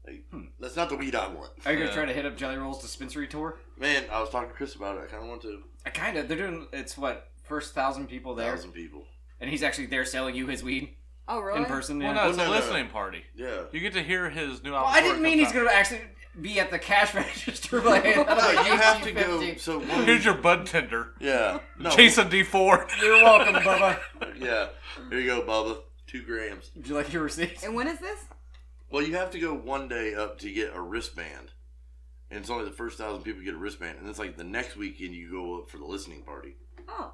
D: Like,
A: Hmm.
D: That's not the weed I want.
B: Are you gonna
A: Yeah.
B: try to hit up Jelly Roll's dispensary tour?
D: Man, I was talking to Chris about it. I kind of want to.
B: I kind of. They're doing. It's what first thousand people there,
D: thousand people.
B: and he's actually there selling you his weed
H: Oh really?
B: in person.
A: Well,
B: yeah.
A: no, it's
D: no,
A: a
D: no.
A: listening party.
D: Yeah.
A: You get to hear his new album.
B: Well, I didn't
A: before it
B: mean he's
A: comes
B: gonna actually be at the cash register. Like, you
D: No, you have to go. So
A: out.
D: one,
A: Here's your bud tender,
D: yeah, no,
A: Jason D four.
B: You're welcome, Bubba.
D: Yeah, here you go, Bubba. Two grams.
B: Would you like your receipt?
H: And when is this?
D: Well, you have to go one day up to get a wristband, and it's only the first thousand people get a wristband, and it's like the next weekend you go up for the listening party.
H: Oh.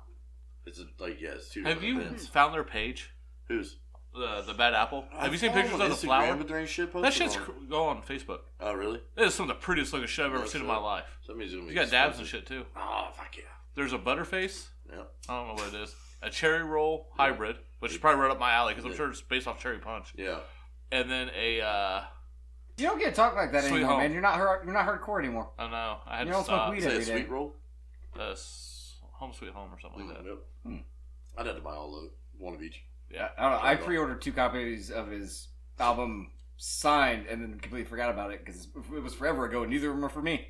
D: It's a, like yeah, it's two
A: Have
D: different
A: you
D: events.
A: found their page,
D: Who's?
A: the the Bad Apple? Have
D: I
A: you seen
D: follow
A: pictures of
D: them on
A: the
D: Instagram,
A: flower?
D: But there ain't shit posted
A: That shit's
D: on
A: cr-
D: it.
A: go on Facebook.
D: Oh really?
A: It is some of the prettiest looking shit I've ever
D: Oh,
A: seen in
D: shit.
A: my life.
D: Somebody's gonna.
A: You
D: be
A: got dabs and
D: expensive.
A: shit too.
D: Oh fuck yeah.
A: There's a butterface.
D: Yeah.
A: I don't know what it is. A cherry roll hybrid, which is probably right up my alley because I'm sure it's based off cherry punch.
D: Yeah.
A: And then a, uh,
B: You don't get to talk like that
A: Sweet
B: anymore,
A: home.
B: man. You're not hard, you're not hardcore anymore.
A: I don't know. I had
B: You
A: to
B: don't smoke
A: stop.
B: weed
D: Is that
B: every day.
D: sweet roll?
A: Uh, s- home sweet home or something like
D: Mm,
A: that.
D: yep. I'd have to buy all of one of each.
A: Yeah.
B: I don't know. I pre-ordered two copies of his album signed, and then completely forgot about it because it was forever ago. and Neither of them are for me.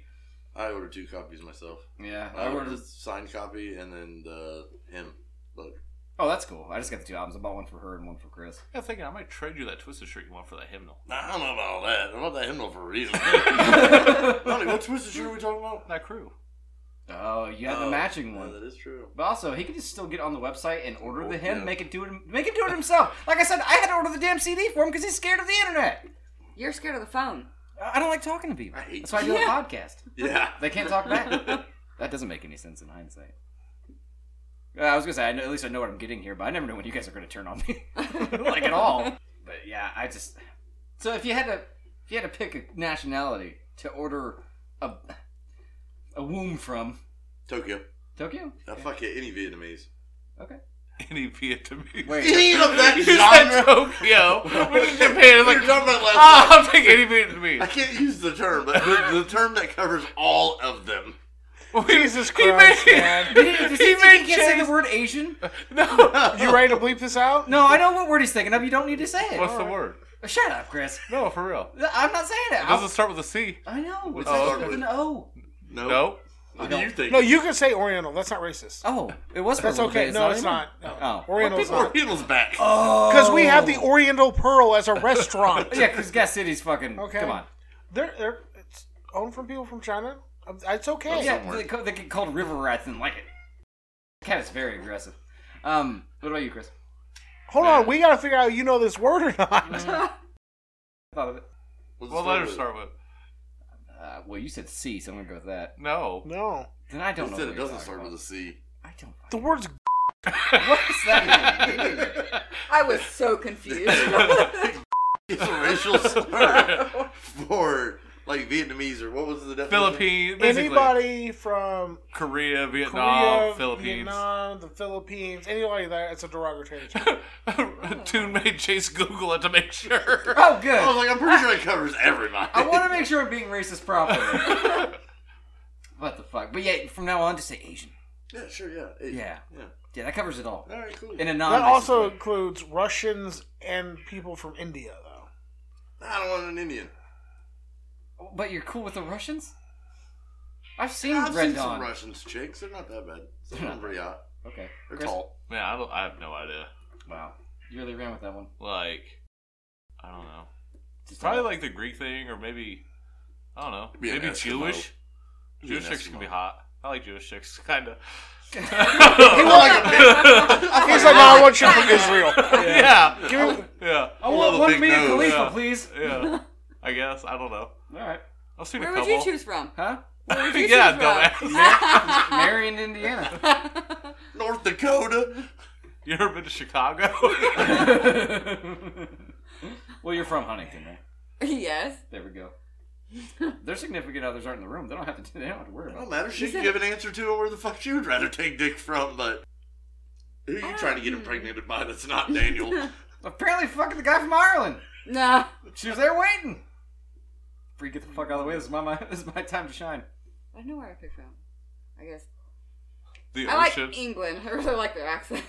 D: I ordered two copies myself.
B: Yeah,
D: I
B: I
D: ordered the
B: ordered.
D: signed copy and then the him book.
B: Oh, that's cool. I just got the two albums. I bought one for her and one for Chris.
A: I got thinking I might trade you that twisted shirt you want for that hymnal.
D: Nah, I don't know about all that. I want that hymnal for a reason. Honey, what twisted shirt are we talking about?
A: That crew.
B: Oh, you had
D: Oh,
B: the matching
D: yeah,
B: one.
D: that is true.
B: But also, he could just still get on the website and order the hymn,
D: Oh, Yeah.
B: make it do it, make it do it himself. Like I said, I had to order the damn CD for him because he's scared of the internet.
H: You're scared of the phone.
B: I I don't like talking to people.
D: I hate
B: That's why I do a podcast.
D: Yeah.
B: They can't talk back. that doesn't make any sense in hindsight. Uh, I was gonna say, I know, at least I know what I'm getting here, but I never know when you guys are gonna turn on me, like at all. But yeah, I just. So if you had to, if you had to pick a nationality to order a a womb from
D: Tokyo.
B: Tokyo,
D: I fuck it, any Vietnamese.
A: Any Vietnamese.
B: wait,
D: Any of that
A: You said
D: genre.
A: Tokyo. Which is Japan. It's
D: We were
A: like,
D: talking about it last
A: ah,
D: night.
A: I'll take any
D: I
A: Vietnamese.
D: can't use the term, but the, the term that covers all of them.
C: Jesus
A: He
C: Christ,
A: made-
C: man.
B: did he, does he,
A: He
B: think
A: made
B: he can't say
A: Chase-
B: the word Asian?
C: You ready to bleep this out?
B: No, I know what word he's thinking of. You don't need to say it.
A: What's the word?
B: Shut up, Chris.
A: No, for real.
B: I'm not saying it.
A: It
B: I'll-
A: doesn't start with a C.
B: I know. It's
D: Oh,
B: like with an O.
D: No.
A: No.
D: What do you think?
C: No, you can say Oriental. That's not racist.
B: Oh, it was. For
C: That's
B: a little
C: okay.
B: bit.
C: no, it's
B: anymore.
C: not. No.
B: Oh.
C: Oriental's not.
D: Oriental's back.
C: Because we have the Oriental Pearl as a restaurant.
B: Yeah, because Gas City's fucking.
C: Okay.
B: Come on.
C: They're, they're it's owned from people from China. Um, It's okay.
B: Yeah, they, ca- they get called river rats and like it. Cat is very aggressive. Um, what about you, Chris?
C: Hold on, we gotta figure out you know this word or not.
B: Thought of it.
D: What's the
A: What letter
D: with?
A: start with?
B: Uh, well, you said C, so I'm gonna go with that.
A: No.
C: no,
B: Then I
D: He
B: don't know.
D: said
B: what
D: it
B: you're
D: doesn't
B: talking
D: start
B: about.
D: with a C.
B: I don't.
C: the word's
B: What's that?
H: I was so confused.
D: It's a
A: racial slur.
D: for like Vietnamese or what was the definition?
A: Philippines, basically.
C: Anybody from
A: Korea, Vietnam,
C: Korea,
A: Philippines.
C: Vietnam, the Philippines, anybody there, it's a derogatory term.
A: Toon made Chase Google it to make sure.
B: Oh, good.
D: I was like, I'm pretty sure it covers everybody.
B: I want to make sure I'm being racist properly. what the fuck? But yeah, from now on, just say Asian.
D: yeah, sure, yeah. It-
B: Yeah.
D: Yeah.
B: Yeah, that covers it all.
D: All right, cool.
B: In a non
C: That also includes Russians and people from India, though.
D: I don't want an Indian.
B: But you're cool with the Russians? I've seen
D: I've
B: Red
D: seen
B: Dawn.
D: some Russians chicks. They're not that bad. Some of them are pretty hot.
B: Okay.
D: They're
B: Chris?
D: tall.
A: Man, I, don't, I have no idea.
B: Wow. You really ran with that one.
A: Like, I don't know.
B: Just
A: Probably like the Greek thing, or maybe I don't know.
D: Be an
A: maybe
D: Eskimo.
A: Jewish.
D: Be
A: Jewish
D: an
A: chicks can be
D: Eskimo.
A: hot. I like Jewish chicks, kind of.
C: He's like, no, I want you from Israel.
A: yeah,
C: Give me,
A: yeah,
B: I want
D: love a
B: Oh, one
D: big
B: me and
D: nose.
B: Khalifa,
A: Yeah.
B: please.
A: yeah. I guess I don't know.
B: All right.
A: I've seen
H: Where
A: a
H: would
A: couple.
H: you choose from?
B: Huh?
H: Where would you
A: Yeah,
H: choose Uh.
B: Marion, Indiana.
D: North Dakota.
A: You ever been to Chicago?
B: well, you're from Huntington, right?
H: from? yes.
B: There we go. Their significant others aren't in the room. They don't have to. They don't have to worry
D: It
B: about.
D: don't
B: it.
D: matter. She can give an answer to where the fuck she would rather take dick from, but who you trying
B: Ah.
D: to get impregnated by that's not Daniel?
B: Apparently, fucking the guy from Ireland.
H: Nah.
B: She was there waiting. Free, get the fuck out of the way. This is my, my this is my time to shine.
H: I don't know where I picked from. I guess.
A: the
H: I like E-
A: ocean.
H: England. I really like their accent.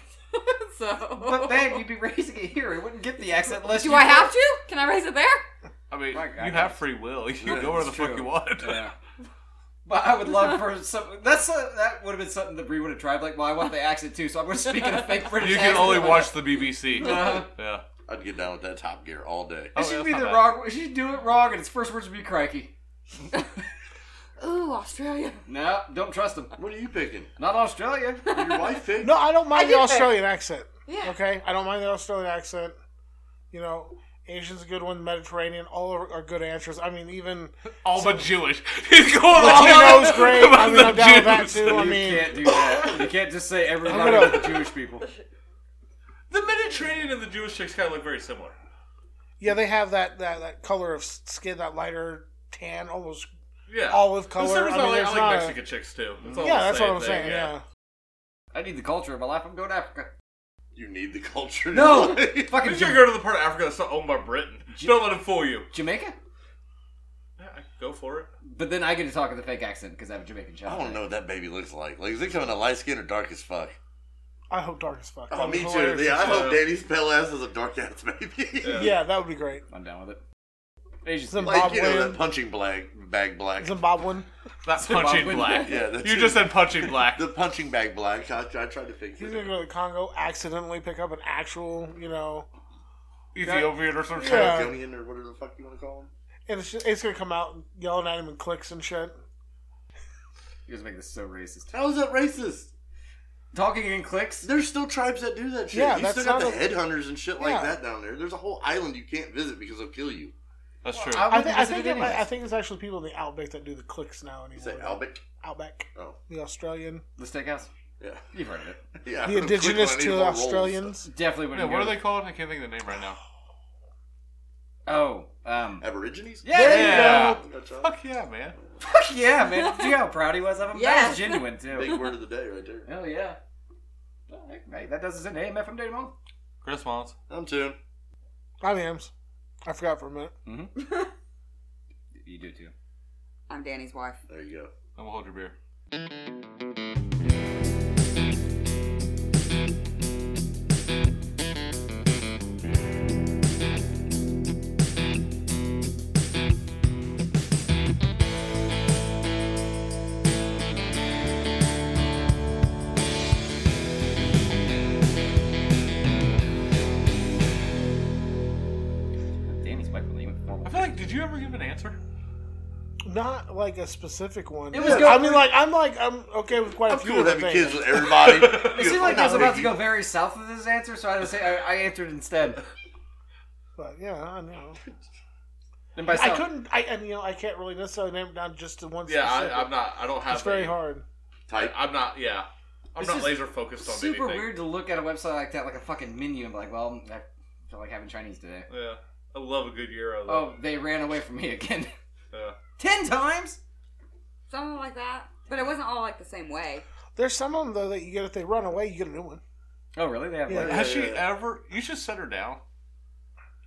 H: so.
B: But babe, you'd be raising it here. It wouldn't get the accent unless
H: Do
B: you
H: I have to? Can I raise it there?
A: I mean,
B: Like, I
A: you
B: guess.
A: have free will. You can
B: Yeah,
A: go where
B: it's
A: the fuck
B: true.
A: you want.
B: Yeah. But I would love for some. That's a, that would have been something that Bree would have tried. Like, well, I want the accent too, so I'm going to speak in a fake British.
A: You can
B: accent.
A: only watch the BBC.
B: Uh-huh.
A: Yeah.
D: I'd get down with that Top Gear all day.
B: It
A: Oh,
B: should
A: that's
B: be
A: not
B: the
A: bad.
B: wrong. She'd do it wrong, and its first words would be "crikey."
H: Ooh, Australia.
B: No, don't trust them.
D: What are you picking?
B: Not Australia.
D: Your wife picked?
C: no, I don't mind the
H: do
C: Australian accent.
H: Yeah.
C: Okay, I don't mind the Australian accent. You know, Asian's a good one. Mediterranean, all are, are good answers. I mean, even
A: All but Jewish. He's going all
C: Latino's
A: about-
C: great. I mean,
A: about
C: I'm down with that
A: Jews.
C: too. I
B: you
C: mean,
B: can't do that. You can't just say everybody
C: gonna-
B: but the Jewish people.
A: The Mediterranean and the Jewish chicks kind of look very similar.
C: yeah, they have that, that that color of skin, that lighter tan, almost
A: Yeah.
C: olive
A: The
C: color.
A: same as I,
C: I mean,
A: like,
C: there's
A: I
C: not
A: like
C: a-
A: Mexican chicks too. It's all
C: yeah,
A: the
C: that's
A: same
C: what I'm
A: thing,
C: saying. Yeah.
B: I need the culture of my life. I'm going to Africa.
D: You need the culture.
B: No,
D: Like,
B: fucking
A: You should
B: Jama-
A: go to the part of Africa that's not owned by Britain. Don't let him fool you.
B: Jamaica.
A: Yeah, go for it.
B: But then I get to talk with a fake accent because I have a Jamaican
D: I
B: child.
D: want to know what that baby looks like. Like, is it coming to light skin or dark as fuck?
C: I hope dark as fuck.
D: Oh,
C: That'd
D: me
C: be
D: too.
C: hilarious.
D: Yeah, I hope
A: Yeah.
D: Danny's pale ass is a dark ass baby.
A: Yeah.
C: Yeah, that would be great.
B: I'm down with it. Asian
C: Some-
B: people.
D: Like, you know,
C: Bob
D: that
C: Wayne.
D: punching black, bag black.
C: Zimbabwean.
A: That
B: Zimbabwe.
A: punching black.
D: Yeah, that's
A: you
D: it.
A: just said punching black.
D: The punching bag black. I, I tried to fix
C: He's
D: it.
C: gonna go to the Congo, accidentally pick up an actual, you know,
A: Ethiopian or something.
C: Yeah.
D: Falconian or whatever the fuck you want to call him.
C: and it's, just, it's gonna come out and yelling at him and clicks and shit.
B: You guys make this so racist.
D: How is that racist?
B: Talking in clicks.
D: There's still tribes that do that shit.
C: Yeah,
D: you
C: that's
D: still got the
C: not a-
D: headhunters and shit like
C: Yeah.
D: that down there. There's a whole island you can't visit because they'll kill you.
A: That's true.
C: I,
B: wouldn't
C: think I
B: visit
C: think
B: it
C: it,
B: anyways.
C: I think it's actually people in the Outback that do the clicks now
D: You
C: anymore.
D: say Albic?
C: Outback,
D: Oh,
C: the Australian,
B: the steakhouse.
D: yeah.
B: You've heard of it.
D: yeah.
C: the indigenous
D: Quick, I need
C: to
D: more rolls.
C: Australians.
B: Definitely
A: Yeah,
B: wouldn't.
A: what
B: go
A: are they
B: to-
A: called? I can't think of the name right now.
B: Oh, um,
D: Aborigines?
B: yeah,
C: There
A: Yeah.
D: That's right.
A: Fuck yeah, man.
B: fuck yeah, man. Do you how proud he was of him? That was
H: Yes.
B: genuine too.
D: Big word of the day right there.
B: Hell yeah. All right, Hey, that does us in. Hey, MF, I'm Dave Mullen.
A: Chris Mullins.
D: I'm tuned.
C: I mean, I forgot for a minute.
B: You do too.
H: I'm Danny's wife.
D: There you go.
A: And we'll hold your beer.
B: Danny's wife will even
A: I feel like, did you ever give an answer?
C: Not like a specific one.
B: It was
C: I
B: going-
C: mean, like I'm like I'm okay with quite a
D: I'm
C: few
D: cool with
C: different
D: having
C: things.
D: kids with everybody.
B: It seemed like I was about to go very south of this answer, so I was say I, I answered instead.
C: But yeah, I know.
B: And by
C: I
B: south,
C: couldn't. I and you know I can't really necessarily name it down just to one.
A: Yeah,
C: specific.
A: I, I'm not. I don't have.
C: It's very
A: a-
C: hard.
D: Type.
A: I'm not. Yeah, I'm
B: It's
A: not
B: just
A: laser focused on
B: super
A: anything.
B: weird to look at a website like that, like a fucking menu, and be like, well, I feel like having Chinese today.
A: Yeah. I love a good euro. Though.
B: Oh, they ran away from me again.
A: Yeah.
B: Ten times?
H: Something like that. But it wasn't all like the same way.
C: There's some of them though that you get if they run away, you get a new one.
B: Oh, really? They have
C: Yeah.
B: like.
A: Has she ever? You should set her down.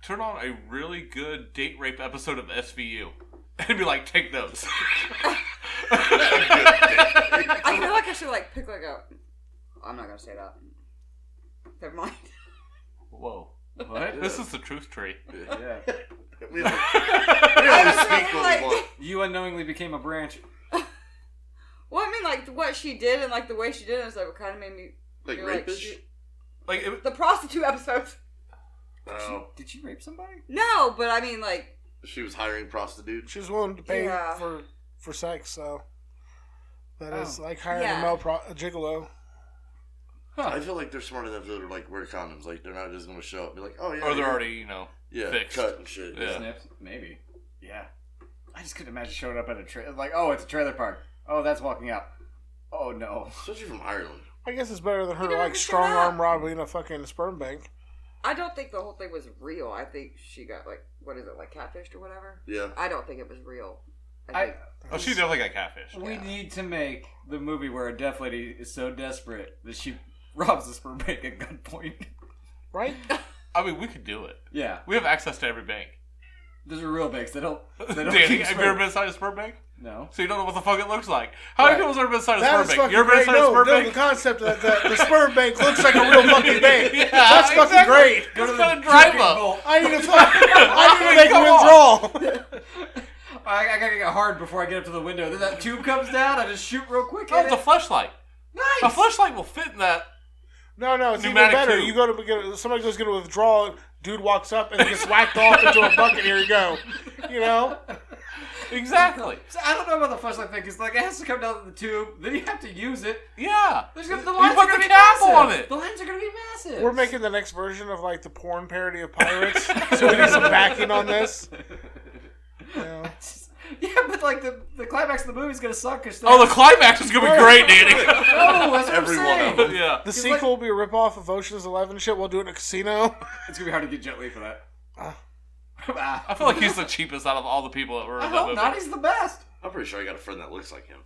A: Turn on a really good date rape episode of SVU, and be like, take notes.
H: I feel like I should like pick like a. I'm not gonna say that. Never mind.
A: Whoa,
B: What?
A: this is the truth tree.
B: Yeah.
D: We don't, we don't speak on one.
B: You unknowingly became a branch.
H: Well, I mean, like what she did and like the way she did it, is like what kind of made me.
D: Like
H: feel like
D: rapish?
H: she-
A: Like, it,
H: the prostitute episodes.
D: No.
B: Did she rape somebody?
H: No, but I mean, like
D: Um, She was hiring prostitutes.
C: She's willing to pay
H: Yeah.
C: for for sex, so that is
B: Oh.
C: like hiring
H: Yeah.
C: a male pro- a gigolo.
D: I feel like they're smart enough to like wear condoms. Like they're not just gonna show up and be like, oh yeah.
A: or they're
D: you're-
A: already, you know,
D: yeah,
A: fixed.
D: cut and shit.
A: Yeah.
B: Snips? Maybe. Yeah. I just couldn't imagine showing up at a trailer. Like, oh, it's a trailer park. Oh, that's walking out. Oh, no.
D: Especially from Ireland.
C: I guess it's better than her
H: never
C: like
H: picked it
C: strong arm
H: up.
C: robbery in a fucking sperm bank.
H: I don't think the whole thing was real. I think she got like what is it like catfished or whatever.
D: Yeah.
H: I don't think it was real.
B: I,
H: think-
A: oh, she definitely got catfish.
B: we need to make the movie where a deaf lady is so desperate that she robs a sperm bank at gunpoint.
C: Right?
A: I mean, we could do it.
B: yeah.
A: We have access to every bank.
B: Those are real banks. They don't. They don't
A: Danny,
B: keep
A: have you ever
B: sperm.
A: been inside a sperm bank?
B: No.
A: So you don't know what the fuck it looks like. How many
C: Right.
A: people's ever been inside a
C: That
A: sperm
C: is
A: bank? You
C: fucking
A: ever been
C: great.
A: inside a
C: No,
A: sperm
C: no, the
A: bank?
C: concept that the, the sperm bank looks like a real fucking bank.
A: Yeah,
C: That's fucking
A: exactly.
C: great.
A: Go to the drive
B: Drinking
A: up.
B: bowl.
C: I need to fucking, I need to make
A: Come
C: a
A: on.
C: withdrawal.
B: I, I gotta get hard before I get up to the window. Then that tube comes down. I just shoot real quick.
A: Oh,
B: At
A: it's a
B: it.
A: flashlight. A
B: Nice.
A: flashlight will fit in that.
C: No, no, it's even
A: Pneumatic
C: better.
A: tube.
C: You go to get, somebody goes get a withdrawal. Dude walks up and gets whacked off into a bucket. Here you go. You know,
A: Exactly.
B: So I don't know about the flashlight thing. It's like it has to come down the tube. Then you have to use it.
A: Yeah.
B: There's gonna, the
A: You
B: lines
A: put
B: are gonna
A: the
B: be
A: cap
B: massive.
A: on it.
B: The lines are gonna be massive.
C: we're making the next version of like the porn parody of pirates. so we need some backing on this. You know.
B: Yeah, but like the, the climax of the movie is gonna suck because
A: Oh, the climax is gonna be great, Danny.
B: oh, that's what
D: Every
B: I'm
D: one
B: saying.
D: of them.
A: yeah.
C: The
B: It's
C: sequel will be a ripoff of Ocean's Eleven shit. We'll do it in a casino.
B: It's gonna be hard to get Jet Li for that.
A: I
B: Ah.
A: feel like he's the cheapest out of all the people that were
B: I
A: in that
B: hope
A: movie.
B: not. He's the best.
D: I'm pretty sure I got a friend that looks like him.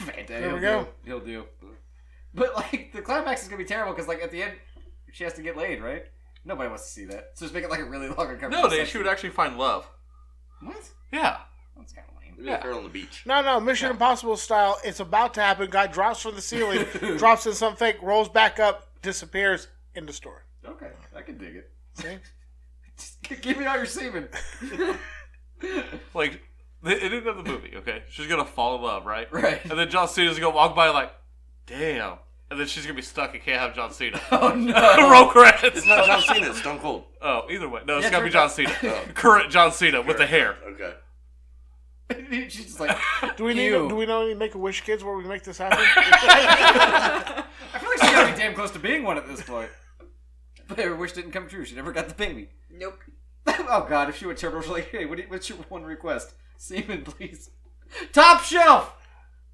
B: Fanta,
C: There we
B: he'll
C: go.
B: Do. He'll do. But like the climax is gonna be terrible because like at the end she has to get laid, right? Nobody wants to see that. So just make it like a really long recovery.
A: no, Danny, she would actually find love.
B: What?
A: Yeah.
B: That's kind of lame.
D: Maybe yeah. girl on the beach.
C: No, no, Mission Impossible style. It's about to happen. Guy drops from the ceiling, drops in some fake, rolls back up, disappears in the store.
B: Okay, I can dig it.
C: See?
B: Just g- give me all your semen.
A: Like, the ending of the movie, okay? She's gonna fall in love, right?
B: Right.
A: And then John Cena's gonna walk by like, damn. And then she's gonna be stuck and can't have John Cena.
B: Oh no.
A: Roll credits.
D: It's not John Cena. It's Stone Cold.
A: Oh, either way. No, it's
B: Yeah, Oh.
A: gotta be
B: turn-
A: John Cena. Current John Cena with the hair.
D: Okay.
B: She's just like.
C: Do we need?
B: Ew.
C: Do we know any Make a Wish kids where we make this happen?
B: I feel like she's gotta be damn close to being one at this point. But her wish didn't come true. She never got the baby.
H: nope.
B: oh god, if she would turn over, she's like, hey, what do you, what's your one request? Semen, please. Top shelf.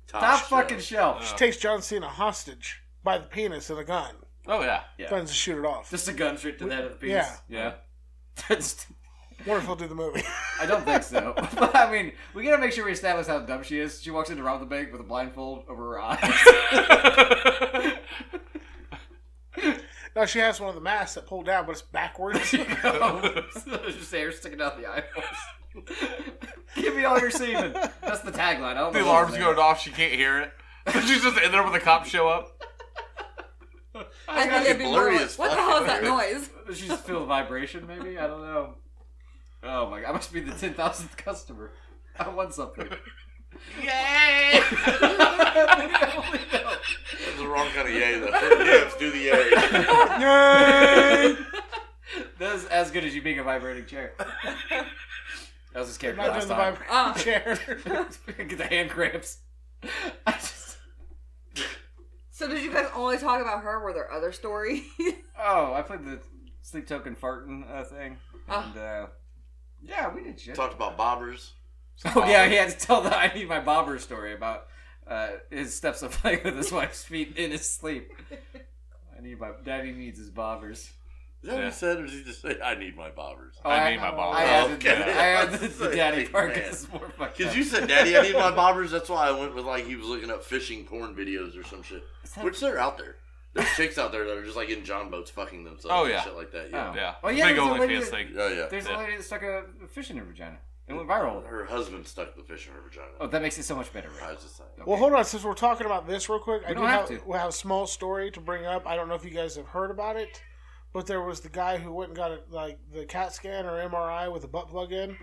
D: Top,
B: Top
D: shelf.
B: fucking shelf.
C: She takes John Cena hostage by the penis and a gun.
A: Oh, yeah.
C: Plans to shoot it off.
B: Just a gun straight to that of the penis.
C: yeah.
B: Yeah. That's-
C: Wonderful, do the movie.
B: I don't think so. but I mean, we gotta make sure we establish how dumb she is. She walks into rob the bank with a blindfold over her eyes.
C: now she has one of the masks that pulled down, but it's backwards.
B: Just hair sticking out the eyeballs. Give me all your semen. That's the tagline. I don't
A: The
B: know
A: alarm's going off. She can't hear it. She's just in there when the cops show up.
H: I think it'd be more
D: blurry
H: like,
D: as
H: what the
D: fuck.
H: hell is that noise?
B: She's feel vibration, maybe. I don't know. Oh my god! I must be the ten thousandth customer. I won something.
A: Yay!
D: That's the wrong kind of yay though. Yes, do the yay.
C: Yay!
B: That's as good as you being a vibrating chair. That was his character
C: Not
B: last
C: doing the
B: time.
C: vibration chair.
H: Uh,
B: Get the hand cramps. I just.
H: so did you guys only talk about her? Were there other stories?
B: Oh, I played the sleep token farting uh, thing,
H: Ah.
B: and uh, yeah, we did shit.
D: Talked about bobbers.
B: Oh yeah, he had to tell the I need my bobber story about uh, his steps of playing with his wife's feet in his sleep. I need my daddy needs his bobbers.
D: Is that what
A: Yeah.
D: he said, or did he just say, "I need my bobbers"?
B: Oh,
A: I need my ball.
B: I added,
D: Okay.
B: the, I added the,
D: Say,
B: daddy part
D: man.
B: because more fucked
D: Because
B: up.
D: you said, "Daddy, I need my bobbers." That's why I went with like he was looking up fishing porn videos or some shit, which they're out there. There's chicks out there that are just like in john boats fucking themselves.
A: Oh, yeah.
D: and shit like that. Yeah,
A: Yeah.
B: Well, yeah,
A: Big
B: there's a lady
A: OnlyFans
B: that-
A: thing.
D: oh yeah.
B: There's
A: Yeah.
B: a lady that stuck a a fish in her vagina. It went viral.
D: Her husband stuck the fish in her vagina.
B: Oh, that makes it so much better.
D: I
B: Right?
D: was just saying.
C: Well, hold on. Since we're talking about this real quick, I do
B: don't have
C: have,
B: to.
C: we have a small story to bring up. I don't know if you guys have heard about it, but there was the guy who went and got a, like the CAT scan or MRI with a butt plug in,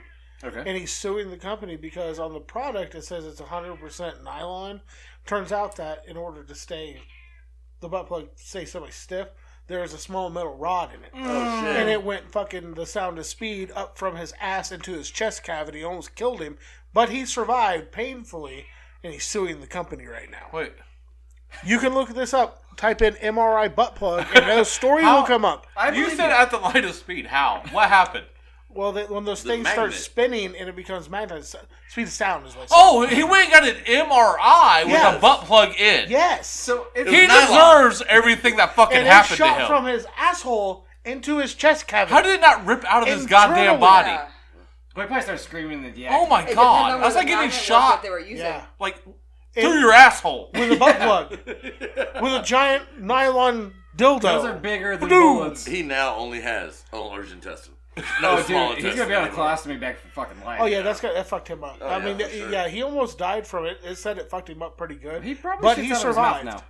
B: Okay.
C: and he's suing the company because on the product it says it's 100% nylon. Turns out that in order to stay the butt plug stay somewhat stiff, there is a small metal rod in it.
D: Oh shit!
C: And it went fucking the sound of speed up from his ass into his chest cavity, almost killed him, but he survived painfully, and he's suing the company right now.
A: Wait.
C: You can look this up. Type in MRI butt plug, and the story
B: How-
C: will come up.
B: I
A: You
B: believe
A: said at the light of speed. How? What happened?
C: Well, they, when those things start
D: magnet.
C: spinning and it becomes magnet, speed of sound is what. it's-
A: Oh, he went and got an MRI with a
C: Yes.
A: butt plug in.
C: yes.
B: so. If
A: He deserves everything that fucking
C: and it
A: happened to
C: shot
A: him.
C: from his asshole into his chest cavity.
A: How did it not rip out of his
C: Internally.
A: goddamn body?
H: Yeah.
B: But I probably started screaming in the act.
A: Oh my
H: It depends on
A: god!
H: where
A: That's
H: the
A: like getting
H: magnet was that
A: shot
H: They were using.
C: Yeah,
A: like
C: It-
A: through your asshole.
C: with a butt plug, with a giant nylon dildo.
B: Those are bigger than
C: Dude.
B: bullets.
D: He now only has a large intestine. No
B: Oh,
D: small
B: dude, he's
D: intestine
B: gonna be on a
D: anymore.
B: colostomy back for fucking life.
C: Oh yeah, that's got, that fucked him up. I
D: Oh, yeah,
C: mean,
D: for
C: th-
D: sure.
C: yeah, he almost died from it. It said it fucked him up pretty good.
B: He probably
C: but
B: shits
C: he
B: out of his mouth
C: survived.
B: now.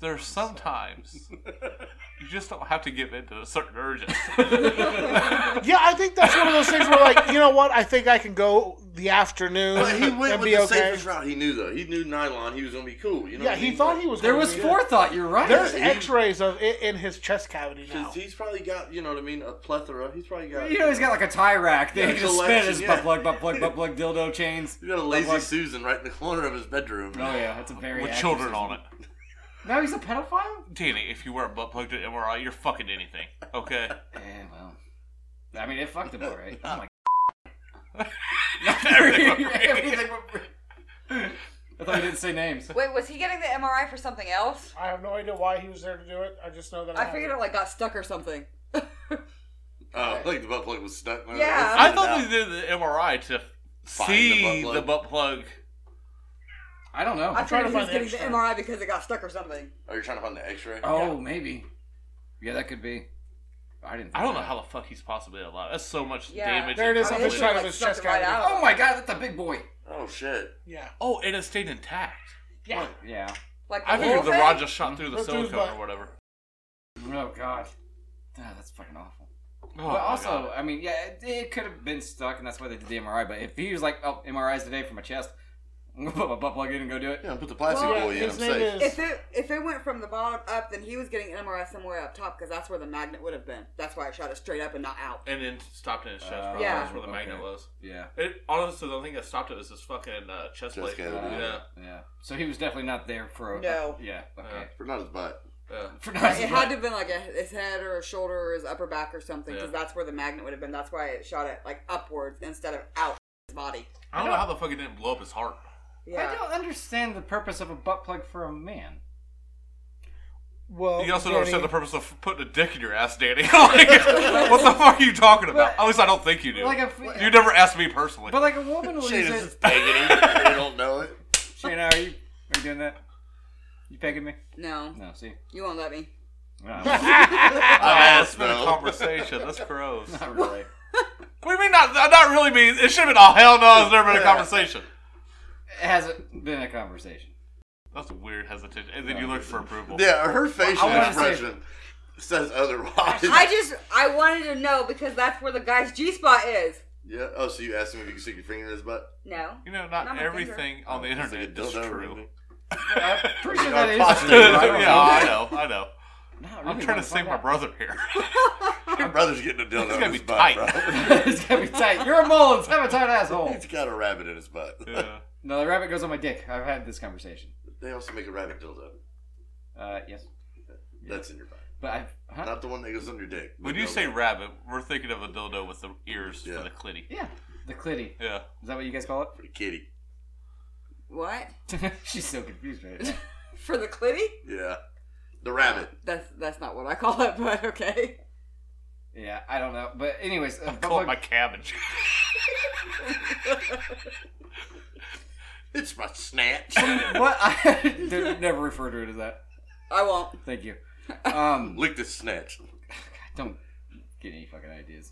A: There's sometimes you just don't have to give in to a certain urges.
C: Yeah, I think that's one of those things where, like, you know what? I think I can go the afternoon
D: But he went
C: and
D: with
C: be
D: the
C: okay.
D: safest route. He knew though. He knew nylon. He was gonna be cool. You know.
C: Yeah,
D: what I
C: he
D: mean?
C: thought
D: Like,
C: he was.
B: There
C: gonna
B: was
C: be-
B: forethought. You're right.
C: There's
D: he-
C: X-rays of it in his chest cavity now.
D: Because he's probably got, you know what I mean, a plethora. He's probably got.
B: You know he's got like a tie rack. They
D: Yeah,
B: can just spin his
D: collection,
B: butt
D: yeah.
B: plug, butt plug, butt plug, dildo chains.
D: He's got a lazy Susan right in the corner of his bedroom.
B: Oh yeah, that's a very
A: with
B: accurate
A: children
B: system.
A: on it.
B: Now he's a pedophile.
A: Danny, if you wear a butt plug to an MRI, you're fucking anything. Okay.
B: Yeah, Eh, well, I mean, it fucked him all right. Oh my.
A: Everything went
B: Everything went- I thought you didn't say names.
H: Wait, was he getting the MRI for something else?
C: I have no idea why he was there to do it. I just know that
H: I
C: had
H: figured it like got stuck or something.
D: Oh, like the butt plug was stuck.
H: Yeah.
A: I thought they did the MRI to
D: Find
A: see
D: the butt plug.
A: the butt plug.
B: I don't know.
H: I
C: trying
H: figured
C: to
H: he was
C: find the
H: getting the
C: X-ray.
H: MRI because it got stuck or something.
D: Are you trying to find the X-ray?
B: Oh, maybe. Yeah, that could be. I didn't.
A: I don't know
B: that.
A: how the fuck he's possibly alive. That's so much
H: Yeah.
A: damage.
C: There it is.
A: and
C: on
H: I
C: the
A: damage.
H: think they,
C: side of
H: like,
C: his
H: stuck
C: chest
H: it right
C: cavity.
H: out.
B: Oh my god, that's a big boy.
D: Oh shit.
C: Yeah,
A: Oh, and it stayed intact.
H: Yeah.
B: Yeah.
H: Like
A: I
H: the
A: figured
H: whole
A: the
H: thing?
A: rod just shot through the
C: Right through his
A: silicone
C: butt.
A: or whatever.
B: Oh god. Ah, that's fucking awful.
A: Oh,
B: but
A: my
B: also,
A: God.
B: I mean, yeah, it, it could have been stuck, and that's why they did the MRI. But if he was like, "Oh, MRI's today for my chest," I'm gonna put my butt plug in and go do it.
D: Yeah, put the plastic
H: Well,
D: boy in. I'm
C: his name is-
D: safe.
H: If it if it went from the bottom up, then he was getting an MRI somewhere up top because that's where the magnet would have been. That's why I shot it straight up and not out.
A: and then stopped in his chest.
B: Uh,
A: probably.
H: Yeah.
A: That's where the magnet
B: okay.
A: was.
B: Yeah.
A: It honestly, the only thing that stopped it was his fucking uh, chest
D: Chest
A: plate.
D: cavity.
A: Yeah,
B: Yeah. So he was definitely not there for a.
H: No.
B: yeah. Okay.
D: For not his butt.
A: yeah.
B: For
H: Like, it had to have been like a, his head or his shoulder or his upper back or something because
A: Yeah.
H: that's where the magnet would have been. That's why it shot it like upwards instead of out his body.
A: I don't know how the fuck it didn't blow up his heart.
H: Yeah.
B: I don't understand the purpose of a butt plug for a man.
C: well,
A: You also
C: Oh, Danny,
A: don't understand the purpose of putting a dick in your ass, Danny. like, what the fuck are you talking about?
B: But-
A: At least I don't think you do.
B: Like a-
A: you never asked me personally.
B: But like a woman will
D: Shane is
B: use it.
D: just begging him. I don't know it.
B: Shane, are you are you doing that? You pegging me?
H: No,
B: No. See.
H: you won't let me.
B: No,
A: Ah, it's been a
D: no.
A: conversation. That's gross. what
B: not really.
A: do you mean not? uh, Not really. Mean it should have been. Oh hell no! It's never been a conversation.
B: It hasn't been a conversation.
A: That's a weird hesitation. And then you looked for approval.
D: Yeah, her facial
B: I wanna say-
D: expression says otherwise.
H: I just I wanted to know because that's where the guy's G spot is.
D: yeah. Oh, so you asked him if you could stick your finger in his butt?
H: No.
A: You know, not
H: Not my
A: everything on the
D: It's like a
A: internet is
D: dildo or
A: true.
D: something.
B: I'm Uh, pretty sure
D: Not
B: that is.
D: possible.
B: true. I don't
A: yeah, I
B: know.
A: know. I know.
B: Not
A: I'm
B: really
A: trying
B: wanna
A: to save
B: find
A: my
B: out.
A: brother here.
D: Your brother's getting a dildo
A: It's
D: in
A: gonna
D: his
A: be
D: butt,
A: tight.
D: bro.
B: it's gonna be tight. You're a Mullins. I'm a tight asshole.
D: He's got a rabbit in his butt.
A: Yeah.
B: No, the rabbit goes on my dick. I've had this conversation.
D: They also make a rabbit dildo.
B: Uh, yes,
D: That's in your butt.
B: but I've. Huh?
D: Not the one that goes on your dick.
A: When
D: The
A: you
D: dildo.
A: say rabbit, we're thinking of a dildo with the ears
D: Yeah.
A: for the clitty.
B: Yeah, the clitty.
A: Yeah.
B: Is that what you guys call
D: for the kitty.
H: What
B: it? She's so confused right now.
H: for the clitty?
D: Yeah. The rabbit.
H: That's that's not what I call it, but okay.
B: Yeah, I don't know, but anyways, uh,
A: Call it
B: Bubba,
A: my cabbage.
D: It's my snatch.
B: what? I they never refer to it as that.
H: I won't.
B: Thank you. Um,
D: Lick the snatch.
B: don't get any fucking ideas.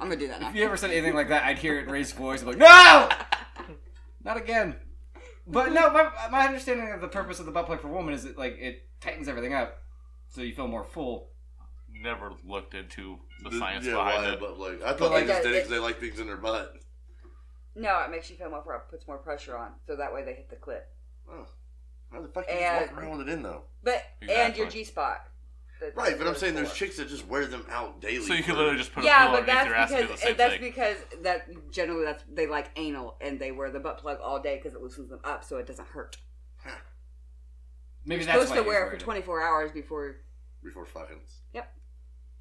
H: I'm gonna do that now.
B: If you ever said anything like that, I'd hear it in Ray's voice. I'm like, no, not again. But no, my, my understanding of the purpose of the butt plug for women is that like it tightens everything up, so you feel more full.
A: Never looked into the
D: Th-
A: science
D: yeah,
A: behind
D: why,
A: it.
D: But like, I thought
H: like
D: they just
H: that-
D: did it because they like things in their butt.
H: No, it makes you feel more pro- puts more pressure on, so that way they hit the clip.
D: Oh. How the fuck you
H: And-
D: just walk around with it in though?
H: But and
A: Exactly.
H: your G spot.
D: Right, but I'm saying there's chicks that just wear them out daily.
A: So you
D: for-
A: can literally just put a
H: Yeah,
A: pillow
H: but
A: underneath
H: that's
A: your ass and do the
H: because
A: same
H: that's
A: thing.
H: because that generally that's they like anal and they wear the butt plug all day because it loosens them up, so it doesn't hurt.
B: Maybe
H: You're
B: that's
H: supposed
B: why
H: to
B: he's
H: wear it
B: wearing
H: for 24 hours before.
D: before fucking.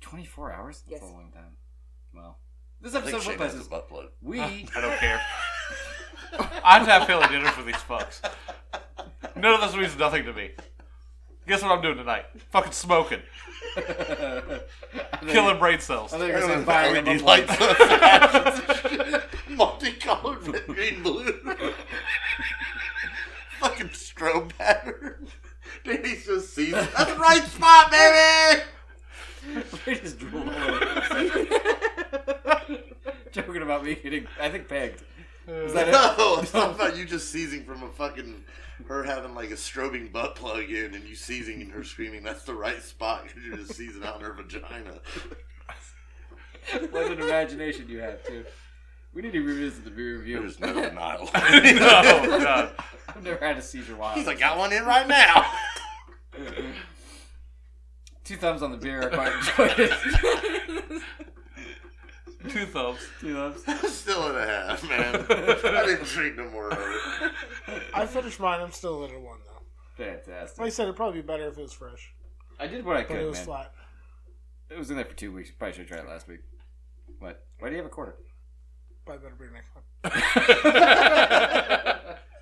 B: Twenty-four hours. That's
H: Yes.
B: a long time. Well, this
D: I
B: episode
D: think
B: of
D: Shane
B: Foot
D: has a
B: Buzzes,
D: butt plug.
B: we
A: I don't care. I'd have family dinner for these fucks. None of this means nothing to me. Guess what I'm doing tonight? Fucking smoking, killing brain cells.
B: I think you're saying
D: Everyone's
B: buying
D: got LED
B: a light.
D: lights. Multicolored red, green, blue. Fucking strobe pattern. Danny just sees That's the right spot, baby!
B: just drooled all over the place. Joking about me getting, I think, pegged. Is that it?
D: No, it's not about you just seizing from a fucking her having like a strobing butt plug in and you seizing and her screaming, that's the right spot because you're just seizing out in her vagina.
B: What an imagination you have, too. We need to revisit the beer review.
D: There's no denial.
A: no, no.
B: I've never had a seizure while.
D: He's like, got one in right now.
B: Two thumbs on the beer. I quite enjoyed it.
A: Two thumbs.
B: Two thumbs.
D: Still in a half, man. I didn't drink no more of it.
C: I finished mine. I'm still at a one though. Like I
B: Fantastic.
C: said, it'd probably be better if it was fresh,
B: I did what I
C: but
B: could,
C: it was
B: man.
C: flat.
B: It was in there for two weeks. Probably should have tried it last week. What? Why do you have a quarter?
C: But I better bring next one.